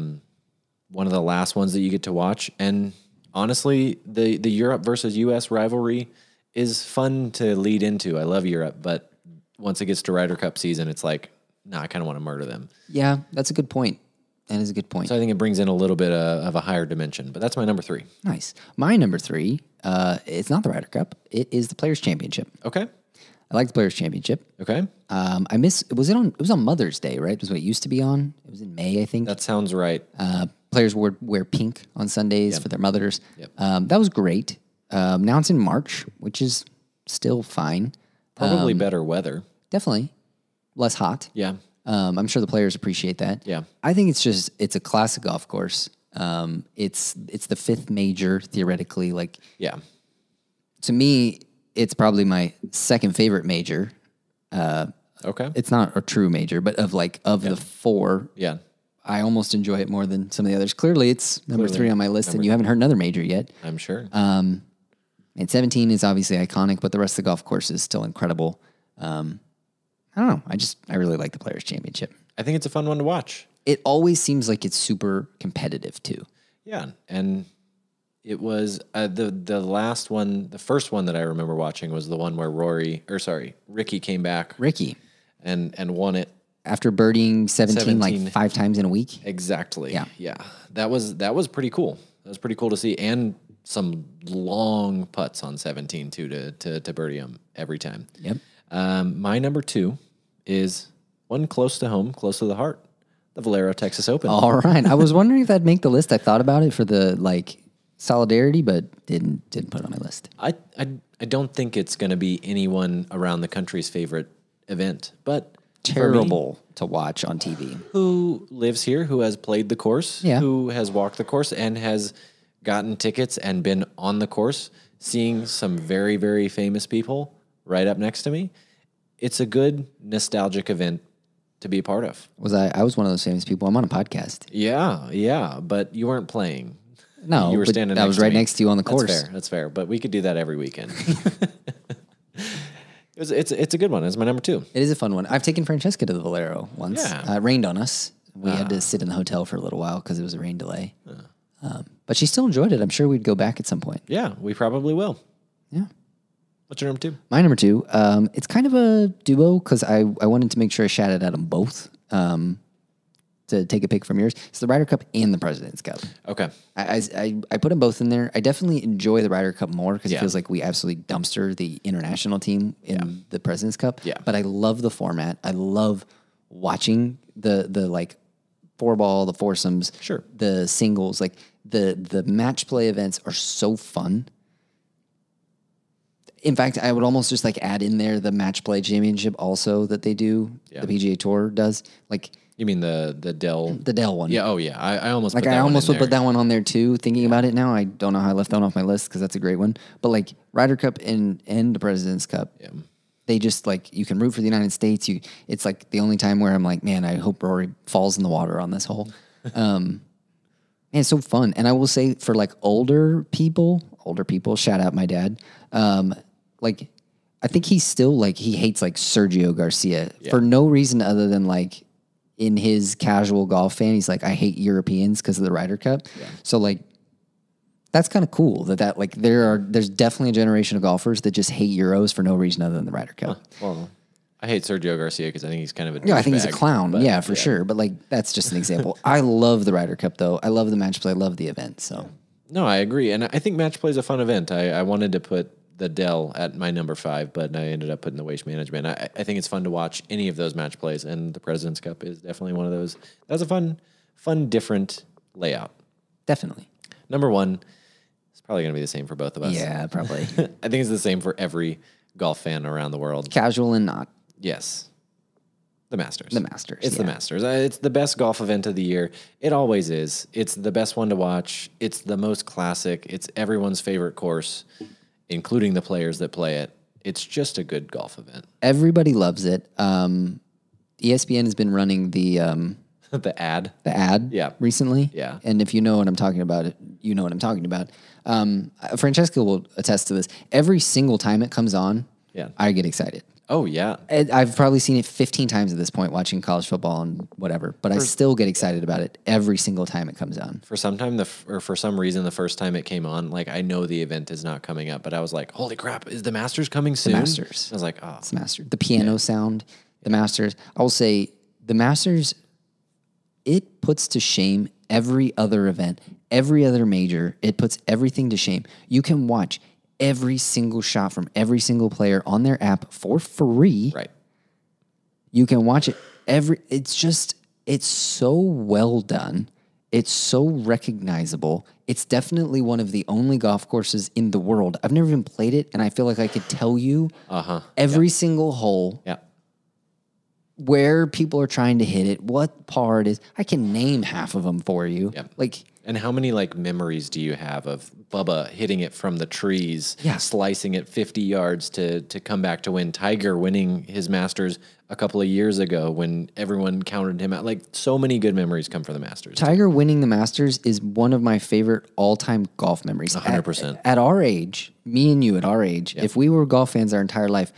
S1: one of the last ones that you get to watch. And honestly, the the Europe versus US rivalry is fun to lead into. I love Europe, but once it gets to Ryder Cup season, it's like, nah, I kind of want to murder them.
S2: yeah, that's a good point. That is a good point.
S1: So I think it brings in a little bit uh, of a higher dimension. But that's my number three.
S2: nice. My number three, uh, it's not the Ryder Cup. It is the Players Championship.
S1: Okay.
S2: I like the Players Championship.
S1: Okay.
S2: Um, I miss. Was it on? It was on Mother's Day, right? It was what it used to be on. It was in May, I think.
S1: That sounds right.
S2: Uh, players would wear pink on Sundays for their mothers. Um, that was great. Um, now it's in March, which is still fine.
S1: Probably better weather.
S2: Definitely less hot.
S1: Yeah.
S2: Um, I'm sure the players appreciate that.
S1: Yeah.
S2: I think it's just it's a classic golf course. Um, it's it's the fifth major theoretically. Like
S1: Yeah.
S2: to me, it's probably my second favorite major.
S1: Okay.
S2: It's not a true major, but of like of the four,
S1: yeah.
S2: I almost enjoy it more than some of the others. Clearly, it's number three on my list, and you haven't heard another major yet.
S1: I'm sure.
S2: And 17 is obviously iconic, but the rest of the golf course is still incredible. Um, I don't know. I just, I really like the Players' Championship.
S1: I think it's a fun one to watch.
S2: It always seems like it's super competitive, too.
S1: Yeah, and it was uh, the the last one. The first one that I remember watching was the one where Rory, or sorry, Ricky came back
S2: Ricky,
S1: and and won it
S2: after birdieing 17,
S1: 17.
S2: like five times in a week,
S1: exactly.
S2: Yeah.
S1: yeah. That was that was pretty cool. That was pretty cool to see, and some long putts on seventeen too to to to birdie 'em every time.
S2: Yep.
S1: Um, my number two is one close to home, close to the heart, the Valero Texas Open.
S2: All right. I was wondering if that'd make the list. I thought about it for the like solidarity, but didn't didn't put it on my list.
S1: I, I, I don't think it's going to be anyone around the country's favorite event, but for me,
S2: Terrible to watch on TV.
S1: who lives here, who has played the course,
S2: Yeah.
S1: who has walked the course, and has gotten tickets and been on the course, seeing some very, very famous people right up next to me. It's a good nostalgic event to be a part of.
S2: Was I? I was one of those famous people. I'm on a podcast.
S1: Yeah, yeah, but you weren't playing.
S2: No,
S1: you were
S2: but
S1: standing.
S2: I was
S1: next to
S2: right
S1: me.
S2: next to you on the
S1: That's
S2: course.
S1: fair. That's fair. But we could do that every weekend. It was- it's it's a good one. It's my number two.
S2: It is a fun one. I've taken Francesca to the Valero once.
S1: Yeah. Ah.
S2: Uh, it rained on us. We had to sit in the hotel for a little while because it was a rain delay.
S1: Uh.
S2: Um, but she still enjoyed it. I'm sure we'd go back at some point.
S1: Yeah, we probably will.
S2: Yeah.
S1: What's your number two?
S2: My number two, um, it's kind of a duo because I, I wanted to make sure I shouted at them both um, to take a pick from yours. It's the Ryder Cup and the President's Cup.
S1: Okay.
S2: I, I- I, I put them both in there. I definitely enjoy the Ryder Cup more because
S1: Yeah.
S2: it feels like we absolutely dumpster the international team in the President's Cup.
S1: Yeah.
S2: But I love the format. I love watching the the like four ball, the foursomes,
S1: Sure.
S2: the singles, like the the match play events are so fun. In fact, I would almost just like add in there the match play championship also that they do, the PGA Tour does, like
S1: You mean the the Dell?
S2: the Dell one.
S1: Yeah. Oh yeah. I, I almost
S2: Mm. Like
S1: put that
S2: I
S1: one
S2: almost
S1: in
S2: would put
S1: there.
S2: that one on there too. Thinking about it now, I don't know how I left that one off my list because that's a great one. But like Ryder Cup and and the Presidents Cup, they just like you can root for the United States. You, it's like the only time where I'm like, man, I hope Rory falls in the water on this hole. Um, man, it's so fun. And I will say for like older people, older people, shout out my dad. Um, like I think he's still like he hates like Sergio Garcia for no reason other than like in his casual golf fan, he's like, I hate Europeans because of the Ryder Cup. So like that's kind of cool that that like there are there's definitely a generation of golfers that just hate Euros for no reason other than the Ryder Cup.
S1: Well, I hate Sergio Garcia because I think he's kind of a.
S2: Yeah, I think he's a
S1: douchebag,
S2: clown.
S1: but
S2: yeah, for sure. But like that's just an example. I love the Ryder Cup though. I love the match play. I love the event. So
S1: No, I agree, and I think match play is a fun event. I, I wanted to put the Dell at my number five, but I ended up putting the waste management. I, I think it's fun to watch any of those match plays, and the President's Cup is definitely one of those. That's a fun, fun, different layout.
S2: definitely.
S1: Number one, it's probably going to be the same for both of us.
S2: Yeah, probably.
S1: I think it's the same for every golf fan around the world.
S2: Casual and not
S1: Yes, the Masters.
S2: the Masters.
S1: It's the
S2: yeah.
S1: Masters. Uh, It's the best golf event of the year. It always is. It's the best one to watch. It's the most classic. It's everyone's favorite course, including the players that play it. It's just a good golf event.
S2: Everybody loves it. Um, ESPN has been running the um,
S1: the ad.
S2: the ad
S1: Yeah.
S2: recently.
S1: Yeah.
S2: And if you know what I'm talking about, it- you know what I'm talking about. Um, uh, Francesca will attest to this. Every single time it comes on,
S1: Yeah.
S2: I get excited.
S1: Oh yeah.
S2: And I've probably seen it 15 times at this point watching college football and whatever, but I still get excited about it every single time it comes on.
S1: For some time, the f- or for some reason, the first time it came on, like I know the event is not coming up, but I was like, "Holy crap! Is the Masters coming soon?"
S2: Masters.
S1: I was like, "Oh,
S2: It's master. The piano sound, the masters. I will say the masters it puts to shame every other event, every other major. It puts everything to shame. You can watch every single shot from every single player on their app for free.
S1: right."
S2: You can watch it every it's just it's so well done. It's so recognizable. It's definitely one of the only golf courses in the world. I've never even played it and I feel like I could tell you
S1: Uh huh.
S2: every single hole
S1: Yeah.
S2: where people are trying to hit it, what par it is. I can name half of them for you.
S1: Yep.
S2: Like
S1: And how many like memories do you have of Bubba hitting it from the trees,
S2: Yeah.
S1: slicing it 50 yards to to come back to win Tiger winning his Masters a couple of years ago when everyone counted him out. Like so many good memories come from the Masters.
S2: Tiger winning the Masters is one of my favorite all-time golf memories. At-
S1: 100%.
S2: At, our age, me and you at our age, if we were golf fans our entire life,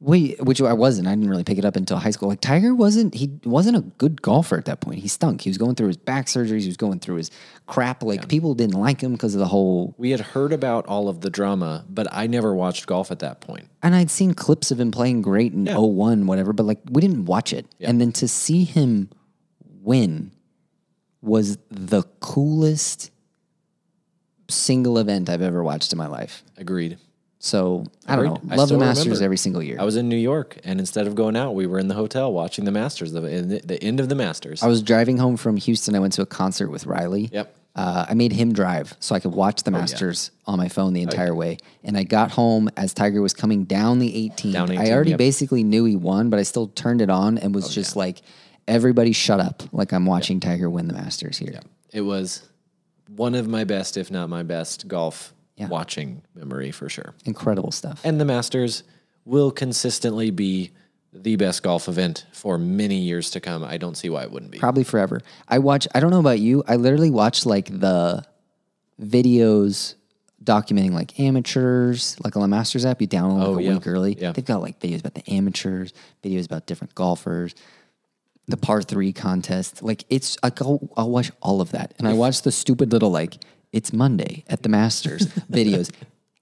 S2: we which I wasn't. I didn't really pick it up until high school. Like Tiger wasn't he wasn't a good golfer at that point. He stunk. He was going through his back surgeries. He was going through his crap. Like people didn't like him because of the whole.
S1: we had heard about all of the drama, but I never watched golf at that point.
S2: And I'd seen clips of him playing great in oh one 01, whatever, but like we didn't watch it. And then to see him win was the coolest single event I've ever watched in my life.
S1: Agreed.
S2: So I don't
S1: Agreed.
S2: know.
S1: I
S2: Love the
S1: still
S2: Masters
S1: remember.
S2: every single year.
S1: I was in New York, and instead of going out, we were in the hotel watching the Masters, the, the the end of the Masters.
S2: I was driving home from Houston. I went to a concert with Riley.
S1: Yep. Oh,
S2: Uh, I made him drive so I could watch the Masters on my phone the entire way. And I got home as Tiger was coming down the 18.
S1: Down 18,
S2: I already
S1: yep. Oh,
S2: basically knew he won, but I still turned it on and was just like, everybody shut up. Like I'm watching Tiger win the Masters here.
S1: It was one of my best, if not my best, golf
S2: Yeah.
S1: watching memory for sure.
S2: Incredible stuff.
S1: And the Masters will consistently be the best golf event for many years to come. I don't see why it wouldn't be.
S2: probably forever. I watch. I don't know about you. I literally watch like the videos documenting like amateurs, like on the Masters app. You download like, a
S1: Oh, yeah.
S2: week early.
S1: Yeah.
S2: They've got like videos about the amateurs, videos about different golfers, the par three contest. Like it's like I'll, I'll watch all of that, and I watch the stupid little like it's Monday at the Masters videos.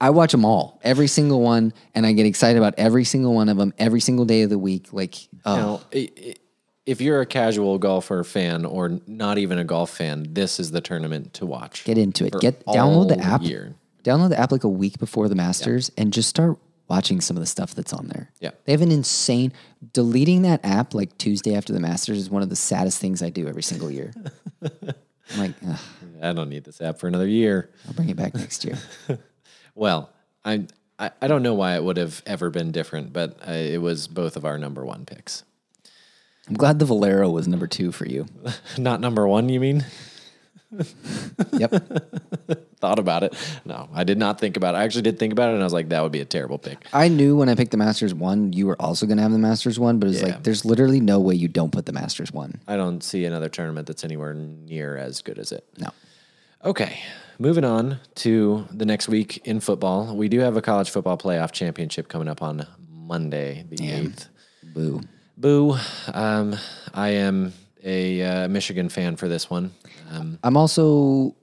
S2: I watch them all, every single one, and I get excited about every single one of them every single day of the week. Like, uh,
S1: Now, i- i- if you're a casual golfer fan or not even a golf fan, this is the tournament to watch.
S2: get into it.
S1: for
S2: Get download the
S1: all
S2: app.
S1: Year.
S2: download the app like a week before the Masters and just start watching some of the stuff that's on there.
S1: Yeah.
S2: They have an insane deleting that app like Tuesday after the Masters is one of the saddest things I do every single year. I'm like, "Ugh,
S1: I don't need this app for another year.
S2: I'll bring it back next year.
S1: Well, I I, I don't know why it would have ever been different, but uh, it was both of our number one picks.
S2: I'm glad the Valero was number two for you.
S1: Not number one, you mean?
S2: Yep.
S1: Thought about it. No, I did not think about it. I actually did think about it, and I was like, that would be a terrible pick.
S2: I knew when I picked the Masters one, you were also going to have the Masters one, but it's
S1: Yeah.
S2: like, there's literally no way you don't put the Masters one.
S1: I don't see another tournament that's anywhere near as good as it.
S2: No.
S1: Okay, moving on to the next week in football. We do have a college football playoff championship coming up on Monday, the 8th.
S2: Boo.
S1: Boo. Um, I am a uh, Michigan fan for this one. Um,
S2: I'm also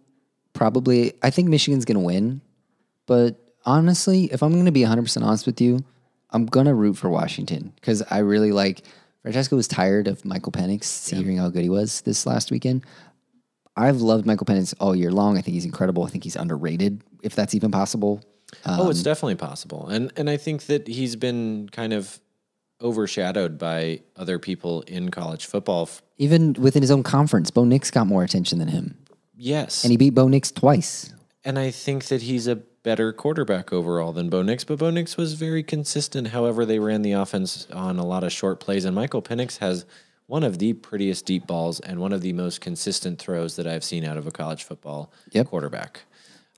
S2: probably I think Michigan's going to win, but honestly, if I'm going to be 100% honest with you, I'm going to root for Washington cuz I really like Francesco was tired of Michael Penix, hearing how good he was this last weekend. I've loved Michael Penix all year long. I think he's incredible. I think he's underrated if that's even possible.
S1: oh, it's definitely possible. And, and I think that he's been kind of overshadowed by other people in college football. F-
S2: Even within his own conference, Bo Nix got more attention than him.
S1: Yes.
S2: And he beat Bo Nix twice.
S1: And I think that he's a better quarterback overall than Bo Nix, but Bo Nix was very consistent. However, they ran the offense on a lot of short plays, and Michael Penix has one of the prettiest deep balls and one of the most consistent throws that I've seen out of a college football
S2: Yep.
S1: quarterback.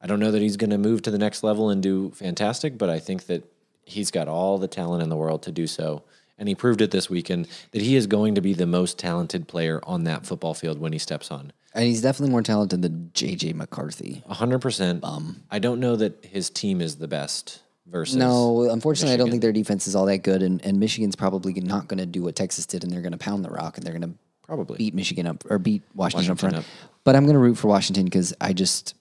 S1: I don't know that he's going to move to the next level and do fantastic, but I think that he's got all the talent in the world to do so. And he proved it this weekend that he is going to be the most talented player on that football field when he steps on.
S2: And he's definitely more talented than JJ McCarthy.
S1: A hundred percent. I don't know that his team is the best versus.
S2: No, unfortunately, I don't think their defense is all that good, and, and Michigan's probably not going to do what Texas did, and they're going to pound the rock, and they're going to
S1: Probably.
S2: beat Michigan up or beat Washington,
S1: Washington
S2: up
S1: up.
S2: front. But I'm going to root for Washington because I just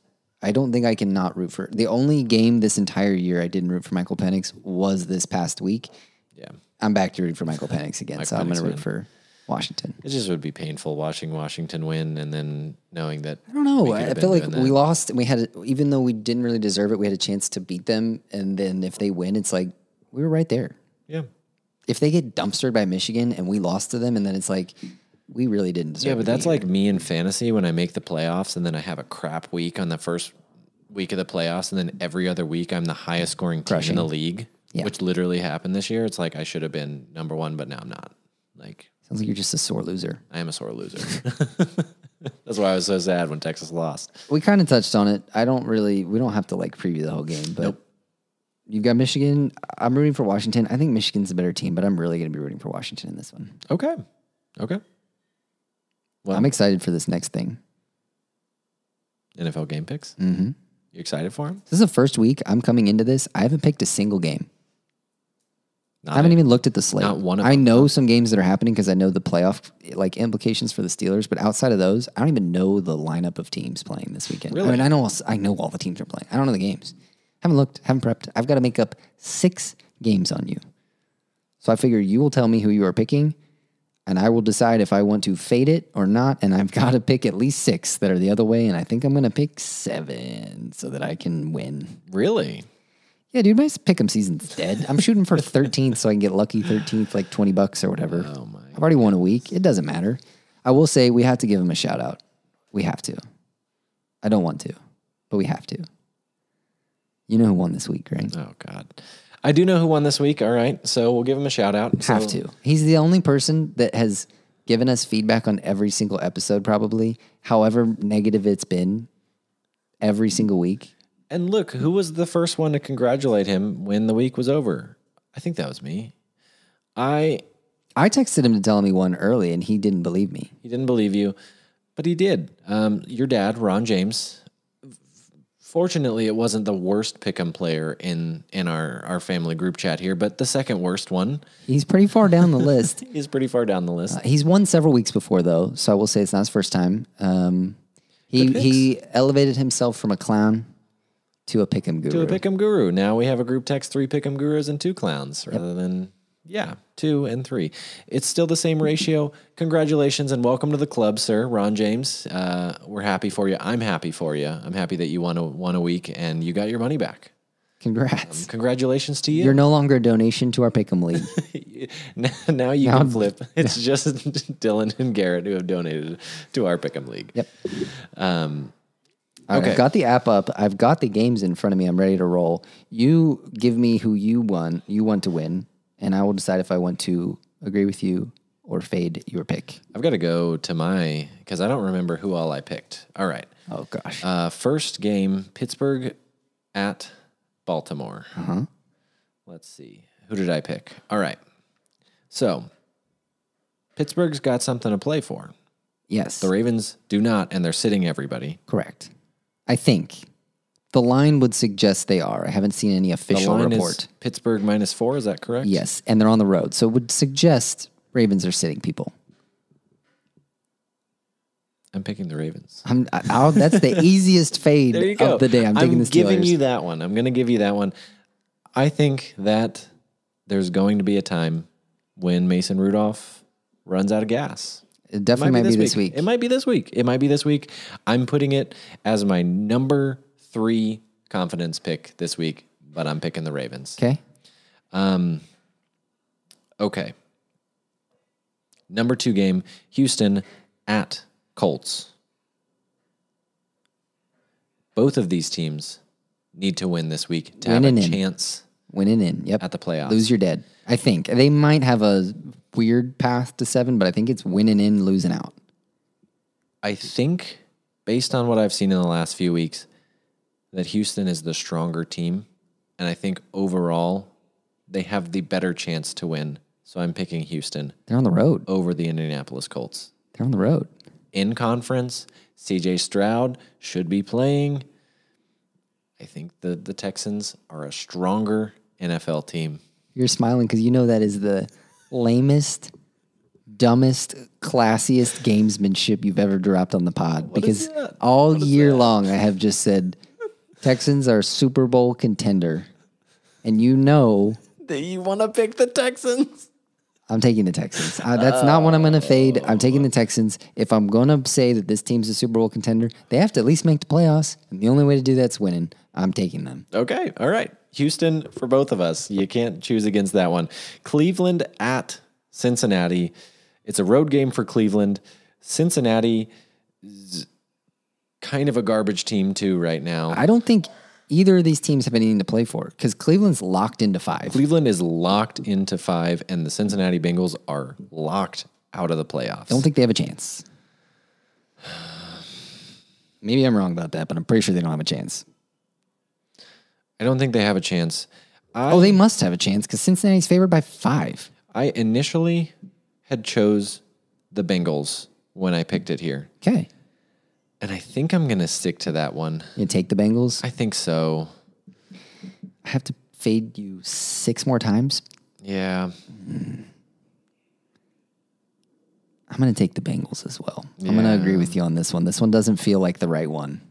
S2: I don't think I can not root for the only game this entire year I didn't root for Michael Penix was this past week.
S1: Yeah,
S2: I'm back to rooting for Michael Penix again, so I'm going
S1: Penix,
S2: to root
S1: man.
S2: for Washington.
S1: it just would be painful watching Washington win and then knowing that.
S2: I don't know.
S1: could have
S2: I
S1: been
S2: feel like
S1: doing
S2: we
S1: that.
S2: lost, and we had a, even though we didn't really deserve it, we had a chance to beat them, and then if they win, it's like we were right there.
S1: Yeah.
S2: if they get dumpstered by Michigan and we lost to them, and then it's like we really didn't deserve.
S1: Yeah, but
S2: to be
S1: that's
S2: here.
S1: like me in fantasy when I make the playoffs and then I have a crap week on the first week of the playoffs and then every other week I'm the highest scoring team in the league,
S2: Yeah.
S1: which literally happened this year. It's like I should have been number one, but now I'm not. Like
S2: Sounds like you're just a sore loser.
S1: I am a sore loser. That's why I was so sad when Texas lost.
S2: We kind of touched on it. I don't really. We don't have to like preview the whole game, but you've got Michigan. I'm rooting for Washington. I think Michigan's a better team, but I'm really going to be rooting for Washington in this one.
S1: Okay. Okay. Well-
S2: I'm excited for this next thing.
S1: NFL game picks.
S2: Mhm.
S1: You excited for him?
S2: This is the first week I'm coming into this. I haven't picked a single game.
S1: Not
S2: I haven't even looked at the slate.
S1: not one of
S2: I
S1: them,
S2: know some games that are happening because I know the playoff like implications for the Steelers, but outside of those, I don't even know the lineup of teams playing this weekend. I
S1: Really?
S2: mean, I know all, s- I know all the teams are playing. I don't know the games. Haven't looked. Haven't prepped. I've got to make up six games on you. So I figure you will tell me who you are picking, and I will decide if I want to fade it or not. And I've got to pick at least six that are the other way, and I think I'm going to pick seven so that I can win.
S1: Really?
S2: Yeah, dude, my pick'em season's dead. I'm shooting for 13th, so I can get lucky 13th, like 20 bucks or whatever.
S1: Oh my.
S2: I've already won a week. It doesn't matter. I will say we have to give him a shout out. We have to. I don't want to, but we have to. You know who won this week, right?
S1: Oh God. I do know who won this week. All right. So we'll give him a shout out. So-
S2: Have to. He's the only person that has given us feedback on every single episode, probably, however negative it's been every single week.
S1: And look, who was the first one to congratulate him when the week was over? I think that was me. I
S2: I texted him to tell him he won early, and he didn't believe me.
S1: He didn't believe you, but he did. Um, your dad, Ron James. Fortunately, it wasn't the worst pick'em player in in our our family group chat here, but the second worst one
S2: He's pretty far down the list.
S1: is pretty far down the list.
S2: He's won several weeks before, though, so I will say it's not his first time. Um, he he elevated himself from a clown to a pick'em
S1: To
S2: guru.
S1: a pick'em guru. Now we have a group text: three pick'em gurus and two clowns, rather than yeah, two and three. It's still the same ratio. Congratulations and welcome to the club, sir, Ron James. Uh, we're happy for you. I'm happy for you. I'm happy that you won a won a week and you got your money back.
S2: Congrats!
S1: Congratulations to you.
S2: You're no longer a donation to our pick'em league.
S1: now, now you can flip. It's just Dylan and Garrett who have donated to our Pick'em League.
S2: Yep.
S1: Okay.
S2: I've got the app up. I've got the games in front of me. I'm ready to roll. You give me who you won. You want to win, and I will decide if I want to agree with you or fade your pick.
S1: I've got to go to my because I don't remember who all I picked. All right.
S2: Oh gosh.
S1: Uh, first game Pittsburgh at Baltimore.
S2: Uh-huh.
S1: Let's see. Who did I pick? All right. So Pittsburgh's got something to play for.
S2: yes.
S1: The Ravens do not, and they're sitting everybody.
S2: Correct. I think the line would suggest they are. I haven't seen any
S1: The
S2: official
S1: line
S2: report.
S1: is Pittsburgh minus four. Is that correct?
S2: Yes, and they're on the road. So it would suggest Ravens are sitting people.
S1: I'm picking the Ravens.
S2: I'm, I, I'll, that's the easiest fade
S1: There you
S2: of
S1: go.
S2: the day. I'm taking the Steelers.
S1: giving you that one. I'm going to give you that one. I think that there's going to be a time when Mason Rudolph runs out of gas.
S2: it definitely might be this, week.
S1: It might be this week. It might be this week. I'm putting it as my number three confidence pick this week, but I'm picking the Ravens.
S2: Okay.
S1: Okay. Number two game Houston at Colts. Both of these teams need to win this week to have
S2: Winning
S1: a
S2: in.
S1: chance
S2: Winning in. Yep.
S1: at the playoffs.
S2: Lose your dead. I think they might have a weird path to seven, but I think it's winning in, losing out.
S1: I think, based on what I've seen in the last few weeks, that Houston is the stronger team. And I think overall, they have the better chance to win. So I'm picking Houston
S2: They're on the road.
S1: over the Indianapolis Colts.
S2: They're on the road.
S1: in conference. CJ Stroud should be playing. I think the, the Texans are a stronger NFL team.
S2: You're smiling because you know that is the lamest, dumbest, classiest gamesmanship you've ever dropped on the pod. because
S1: that?
S2: all year long, I have just said Texans are Super Bowl contender, and you know
S1: You want to pick the Texans?
S2: I'm taking the Texans. Uh, that's not what I'm going to fade. I'm taking the Texans. If I'm going to say that this team's a Super Bowl contender, they have to at least make the playoffs, and the only way to do that's winning. I'm taking them.
S1: Okay. All right. Houston for both of us. You can't choose against that one. Cleveland at Cincinnati. It's a road game for Cleveland. Cincinnati is kind of a garbage team, too, right now.
S2: I don't think either of these teams have anything to play for because Cleveland's locked into five.
S1: Cleveland is locked into five, and the Cincinnati Bengals are locked out of the playoffs.
S2: Don't think they have a chance. Maybe I'm wrong about that, but I'm pretty sure they don't have a chance.
S1: I don't think they have a chance. I,
S2: Oh, they must have a chance because Cincinnati's favored by five.
S1: I initially had chose the Bengals when I picked it here,
S2: Okay.
S1: and I think I'm going to stick to that one.
S2: You take the Bengals.
S1: I think so.
S2: I have to fade you six more times.
S1: Yeah,
S2: I'm going to take the Bengals as well. I'm going to agree with you on this one. This one doesn't feel like the right one.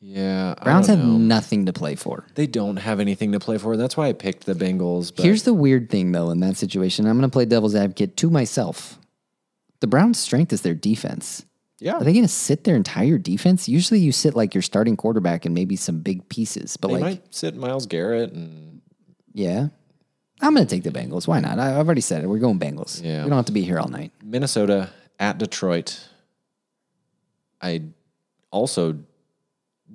S1: yeah. I
S2: Browns
S1: don't
S2: have
S1: know.
S2: nothing to play for.
S1: They don't have anything to play for. That's why I picked the Bengals. But
S2: Here's the weird thing, though, in that situation. I'm going to play devil's advocate to myself. The Browns' strength is their defense.
S1: yeah,
S2: Are they going to sit their entire defense? Usually you sit like your starting quarterback and maybe some big pieces, but
S1: they
S2: like,
S1: might sit Miles Garrett and
S2: yeah. I'm going to take the Bengals. Why not? I, I've already said it. We're going Bengals.
S1: Yeah.
S2: We don't have to be here all night.
S1: Minnesota at Detroit. I also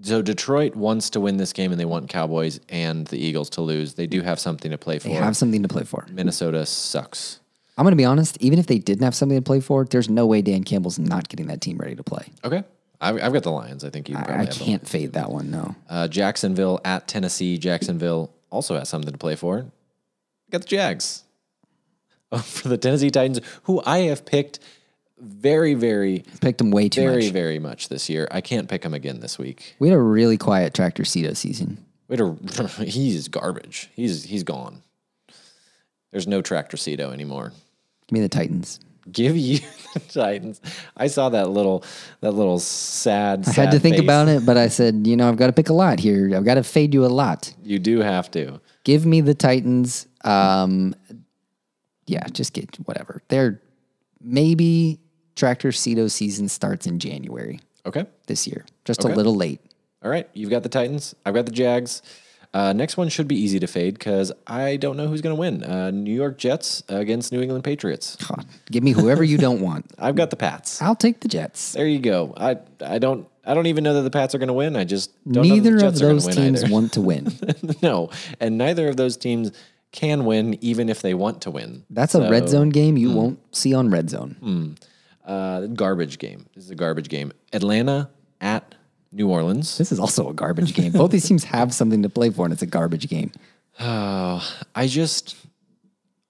S1: so Detroit wants to win this game and they want Cowboys and the Eagles to lose. They do have something to play for.
S2: They have something to play for.
S1: Minnesota sucks.
S2: I'm going to be honest. Even if they didn't have something to play for, there's no way Dan Campbell's not getting that team ready to play.
S1: Okay. I've, I've got the Lions. I think you probably
S2: I, I
S1: have them.
S2: can't fade that one. No.
S1: Uh, Jacksonville at Tennessee. Jacksonville also has something to play for. Got the Jags. Oh, for the Tennessee Titans, who I have picked very, very,
S2: Picked them way too
S1: very,
S2: much.
S1: very much this year. I can't pick them again this week.
S2: We had a really quiet tractor Cito season.
S1: Wait, a, he's garbage. He's he's gone. There's no Tractor Cito anymore.
S2: Give me the Titans.
S1: Give you the Titans. I saw that little that little sad.
S2: I had to think about it, but I said, you know, I've got to pick a lot here. I've got to fade you a lot.
S1: You do have to.
S2: Give me the Titans. Um, yeah, just get whatever. They're maybe tractor Cito season starts in January
S1: Okay.
S2: this year, just
S1: Okay.
S2: a little late.
S1: All right. You've got the Titans. I've got the Jags. Uh, next one should be easy to fade because I don't know who's going to win. Uh, New York Jets against New England Patriots.
S2: God, give me whoever you don't want.
S1: I've got the Pats.
S2: I'll take the Jets.
S1: There you go. I I don't I don't even know that the Pats are going to win. I just don't know that the
S2: Neither of
S1: Jets are gonna
S2: those
S1: win
S2: teams
S1: either.
S2: want to win.
S1: no, and neither of those teams can win, even if they want to win.
S2: That's a red zone game
S1: hmm.
S2: you won't see on red zone.
S1: Uh, garbage game. This is a garbage game. Atlanta at New Orleans.
S2: This is also a garbage game. Both these teams have something to play for, and it's a garbage game.
S1: I just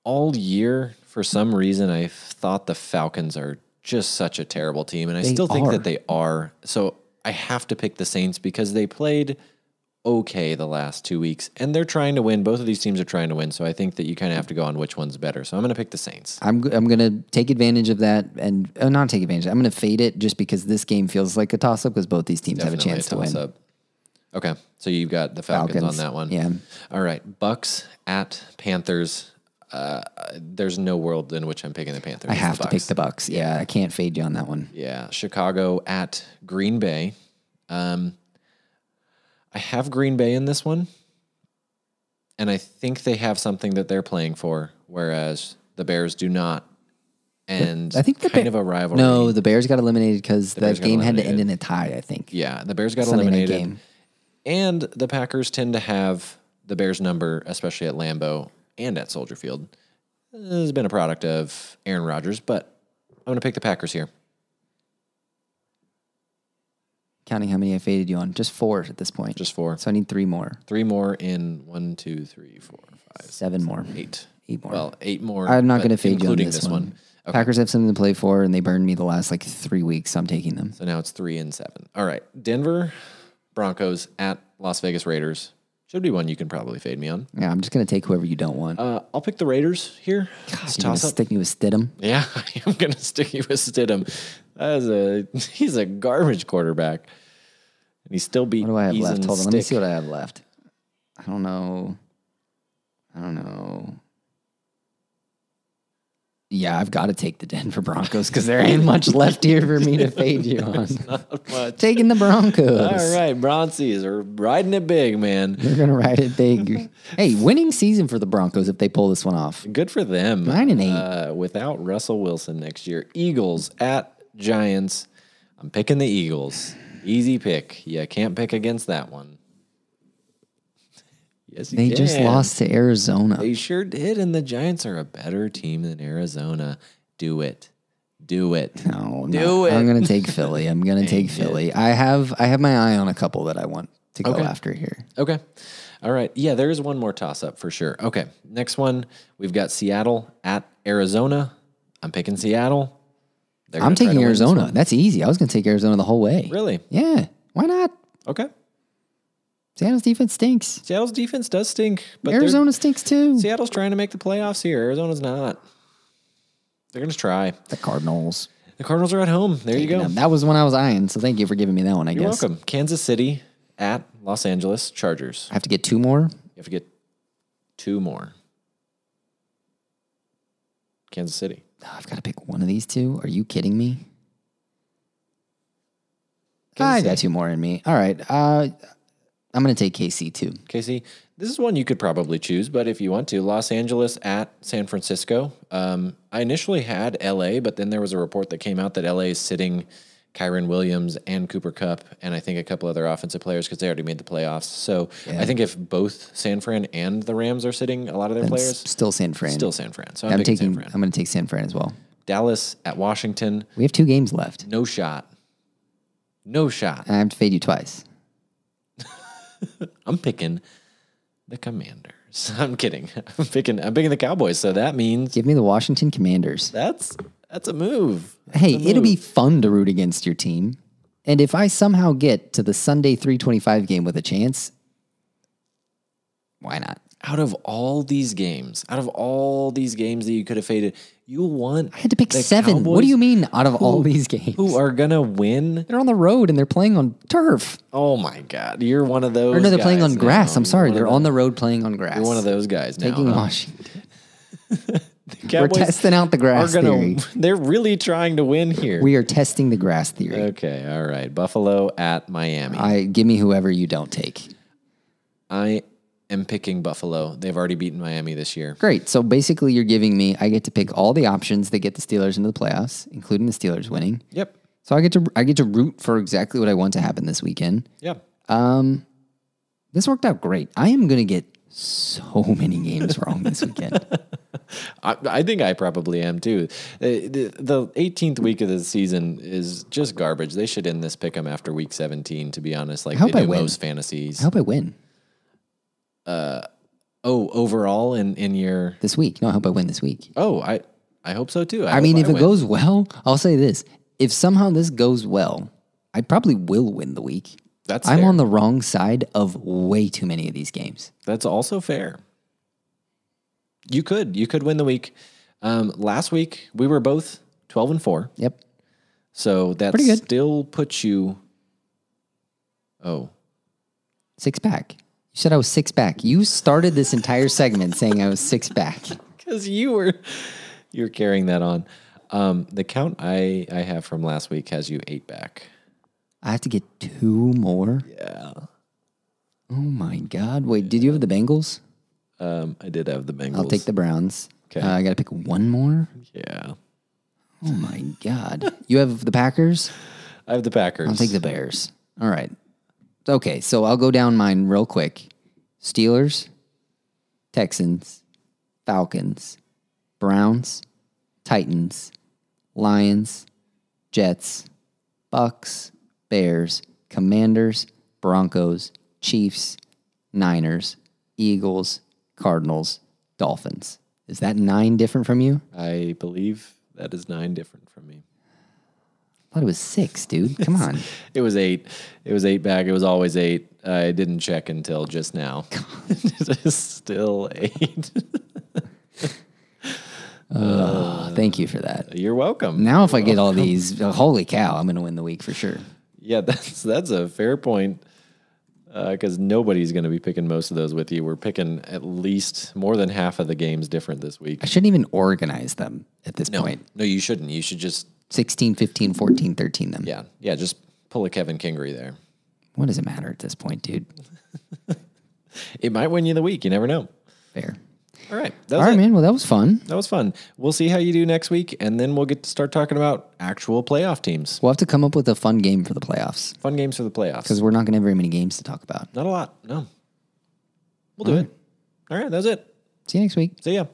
S1: all year for some reason I thought the Falcons are just such a terrible team, and I still think
S2: are.
S1: that they are. So I have to pick the Saints because they played okay the last two weeks, and they're trying to win. Both of these teams are trying to win, so I think that you kind of have to go on which one's better. So I'm going to pick the Saints.
S2: I'm I'm gonna take advantage of that and uh, not take advantage. I'm gonna fade it just because this game feels like a toss up because both these teams
S1: Definitely
S2: have a chance to win.
S1: toss-up. Okay, so you've got the Falcons,
S2: Falcons,
S1: on that one.
S2: yeah.
S1: All right, Bucks at Panthers. Uh, there's no world in which I'm picking the Panthers.
S2: I have to pick the Bucks. Yeah, I can't fade you on that one.
S1: Yeah, Chicago at Green Bay. Um, I have Green Bay in this one, and I think they have something that they're playing for, whereas the Bears do not. And
S2: I think the
S1: kind
S2: Ba-
S1: of a rivalry.
S2: No, the Bears got eliminated because
S1: Bears
S2: that
S1: got
S2: game had to end
S1: eliminated.
S2: in a tie. I think
S1: Yeah, the Bears got
S2: Sunday night
S1: eliminated.
S2: game.
S1: And the Packers tend to have the Bears number, especially at Lambeau and at Soldier Field. This has been a product of Aaron Rodgers, but I'm going to pick the Packers here.
S2: Counting how many I faded you on, just four at this point.
S1: Just four.
S2: so I need three more,
S1: Three more in one, two, three, four, five,
S2: seven more.
S1: eight.
S2: Eight more.
S1: Well, eight more.
S2: I'm not
S1: but
S2: going to fade you on
S1: including
S2: uh, this, one. Packers have something to play for, and they burned me the last like three weeks. So I'm taking them.
S1: So now it's three and seven. All right. Denver Broncos at Las Vegas Raiders. Should be one you can probably fade me on.
S2: Yeah, I'm just going to take whoever you don't want.
S1: Uh, I'll pick the Raiders here. It's
S2: You're going
S1: toss
S2: to
S1: up.
S2: stick me with Stidham.
S1: Yeah, I am going to stick you with Stidham. That is a, he's a garbage quarterback. And he's still beat.
S2: What do I have
S1: Eason
S2: left? Hold on. Let me
S1: Stick.
S2: see what I have left. I don't know. I don't know. Yeah, I've got to take the Denver Broncos because there ain't much left here for me to fade you on.
S1: Not much.
S2: Taking the Broncos.
S1: All right, Broncies are riding it big, man.
S2: They're gonna ride it big. hey, winning season for the Broncos if they pull this one off.
S1: Good for them.
S2: Nine and eight.
S1: Uh, without Russell Wilson next year. Eagles at Giants. I'm picking the Eagles. Easy pick. You can't pick against that one. Yes, you
S2: They just
S1: can.
S2: lost to Arizona.
S1: They sure did, and the Giants are a better team than Arizona. Do it, do it.
S2: No,
S1: Do
S2: no.
S1: it.
S2: I'm gonna take Philly. I'm gonna take Philly. I have I have my eye on a couple that I want to go
S1: Okay.
S2: after here.
S1: Okay, all right. Yeah, there is one more toss up for sure. Okay, next one we've got Seattle at Arizona. I'm picking Seattle. They're
S2: I'm
S1: gonna try to
S2: taking
S1: win this
S2: Arizona.
S1: one.
S2: That's easy. I was gonna take Arizona the whole way.
S1: Really?
S2: Yeah. Why not?
S1: Okay.
S2: Seattle's defense stinks.
S1: Seattle's defense does stink, but they're-
S2: Arizona stinks too.
S1: Seattle's trying to make the playoffs here. Arizona's not. They're gonna try.
S2: The Cardinals.
S1: The Cardinals are at home. There you go.
S2: Now, that was when I was eyeing. So thank you for giving me that one. I
S1: You're
S2: guess
S1: welcome. Kansas City at Los Angeles Chargers.
S2: I have to get two more.
S1: You have to get two more. Kansas City.
S2: Oh, I've got to pick one of these two. Are you kidding me? I
S1: Kansas
S2: got two more in me. All right. Uh, I'm gonna take KC too.
S1: Casey, this is one you could probably choose, but if you want to, Los Angeles at San Francisco. Um, I initially had LA, but then there was a report that came out that LA is sitting Kyron Williams and Cooper Cup, and I think a couple other offensive players because they already made the playoffs. So I think if both San Fran and the Rams are sitting a lot of their
S2: And s-
S1: players,
S2: still San Fran.
S1: still San Fran. So I'm,
S2: I'm
S1: picking San
S2: taking.
S1: Fran.
S2: I'm gonna take San Fran as well.
S1: Dallas at Washington,
S2: We have two games left.
S1: no shot. No shot.
S2: And I have to fade you twice.
S1: I'm picking the Commanders. I'm kidding. I'm picking. I'm picking the Cowboys. So that means
S2: Give me the Washington Commanders.
S1: that's that's a move. That's
S2: Hey,
S1: a
S2: it'll be
S1: move.
S2: fun to root against your team. And if I somehow get to the Sunday 325 game with a chance, why not?
S1: out of all these games. Out of all these games that you could have faded, you won.
S2: I had to pick seven. what do you mean out of all these games?
S1: Who are gonna win?
S2: They're on the road and they're playing on turf.
S1: Oh my God! You're one of those.
S2: Or no, they're playing
S1: guys
S2: on
S1: now.
S2: grass. I'm
S1: You're
S2: sorry.
S1: one of
S2: They're
S1: those-
S2: on the road playing on grass.
S1: You're one of those guys now.
S2: Taking
S1: huh?
S2: Washington.
S1: The
S2: We're
S1: Cowboys
S2: testing out the
S1: are
S2: grass
S1: gonna.
S2: theory.
S1: They're really trying to win here.
S2: We are testing the grass theory.
S1: okay. All right. Buffalo at Miami.
S2: I give me whoever you don't take.
S1: I am picking Buffalo. They've already beaten Miami this year.
S2: Great. So basically, you're giving me, I get to pick all the options that get the Steelers into the playoffs, including the Steelers winning.
S1: Yep.
S2: So I get to, I get to root for exactly what I want to happen this weekend.
S1: Yep.
S2: This worked out great. I am going to get so many games wrong this weekend.
S1: I, I think I probably am too. Uh, The, the 18th week of the season is just garbage. They should end this pick 'em after week 17, to be honest. Like
S2: hope
S1: they
S2: I
S1: do
S2: win.
S1: most fantasies.
S2: I hope I win
S1: oh, overall in, in your.
S2: this week. No, I hope I win this week.
S1: Oh, I, I hope so too.
S2: I mean,
S1: hope
S2: if it
S1: win.
S2: goes well, I'll say this: if somehow this goes well, I probably will win the week.
S1: That's
S2: I'm
S1: fair.
S2: on the wrong side of way too many of these games.
S1: That's also fair. You could. You could win the week. Um, last week, we were both 12 and 4.
S2: Yep.
S1: So that
S2: Pretty good.
S1: still puts you. Oh,
S2: Six back. You said I was six back. You started this entire segment saying I was six back.
S1: because you were you were carrying that on. Um, the count I I have from last week has you eight back.
S2: I have to get two more.
S1: Yeah,
S2: Oh my God. Wait, did you have the Bengals?
S1: um, I did have the Bengals.
S2: I'll take the Browns.
S1: Okay.
S2: Uh, I got to pick one more.
S1: yeah.
S2: Oh my God. you have the Packers?
S1: I have the Packers.
S2: I'll take the Bears. All right. Okay. So I'll go down mine real quick Steelers, Texans, Falcons, Browns, Titans, Lions, Jets, Bucks, Bears, Commanders, Broncos, Chiefs, Niners, Eagles, Cardinals, Dolphins. Is that nine different from you?
S1: I believe that is nine different from me.
S2: I thought it was six, dude. Come on.
S1: It was eight. It was eight back. It was always eight. I didn't check until just now. it is still eight.
S2: Oh, thank you for that.
S1: You're welcome.
S2: Now, if I get all these, uh, holy cow, I'm going to win the week for sure.
S1: Yeah, that's that's a fair point. Because nobody's going to be picking most of those with you. We're picking at least more than half of the games different this week.
S2: I shouldn't even organize them at this point.
S1: No, you shouldn't. You should just
S2: 16, 15, 14, 13 them.
S1: yeah, yeah, just pull a Kevin Kingry there.
S2: What does it matter at this point, dude?
S1: It might win you the week. You never know.
S2: Fair.
S1: All right, that
S2: All
S1: was
S2: right,
S1: it.
S2: man. Well, that was fun.
S1: That was fun. We'll see how you do next week, and then we'll get to start talking about actual playoff teams.
S2: We'll have to come up with a fun game for the playoffs
S1: Fun games for the playoffs.
S2: because we're not going to have very many games to talk about.
S1: Not a lot. No.
S2: We'll do it. All right, that's it.
S1: See you next week.
S2: See ya.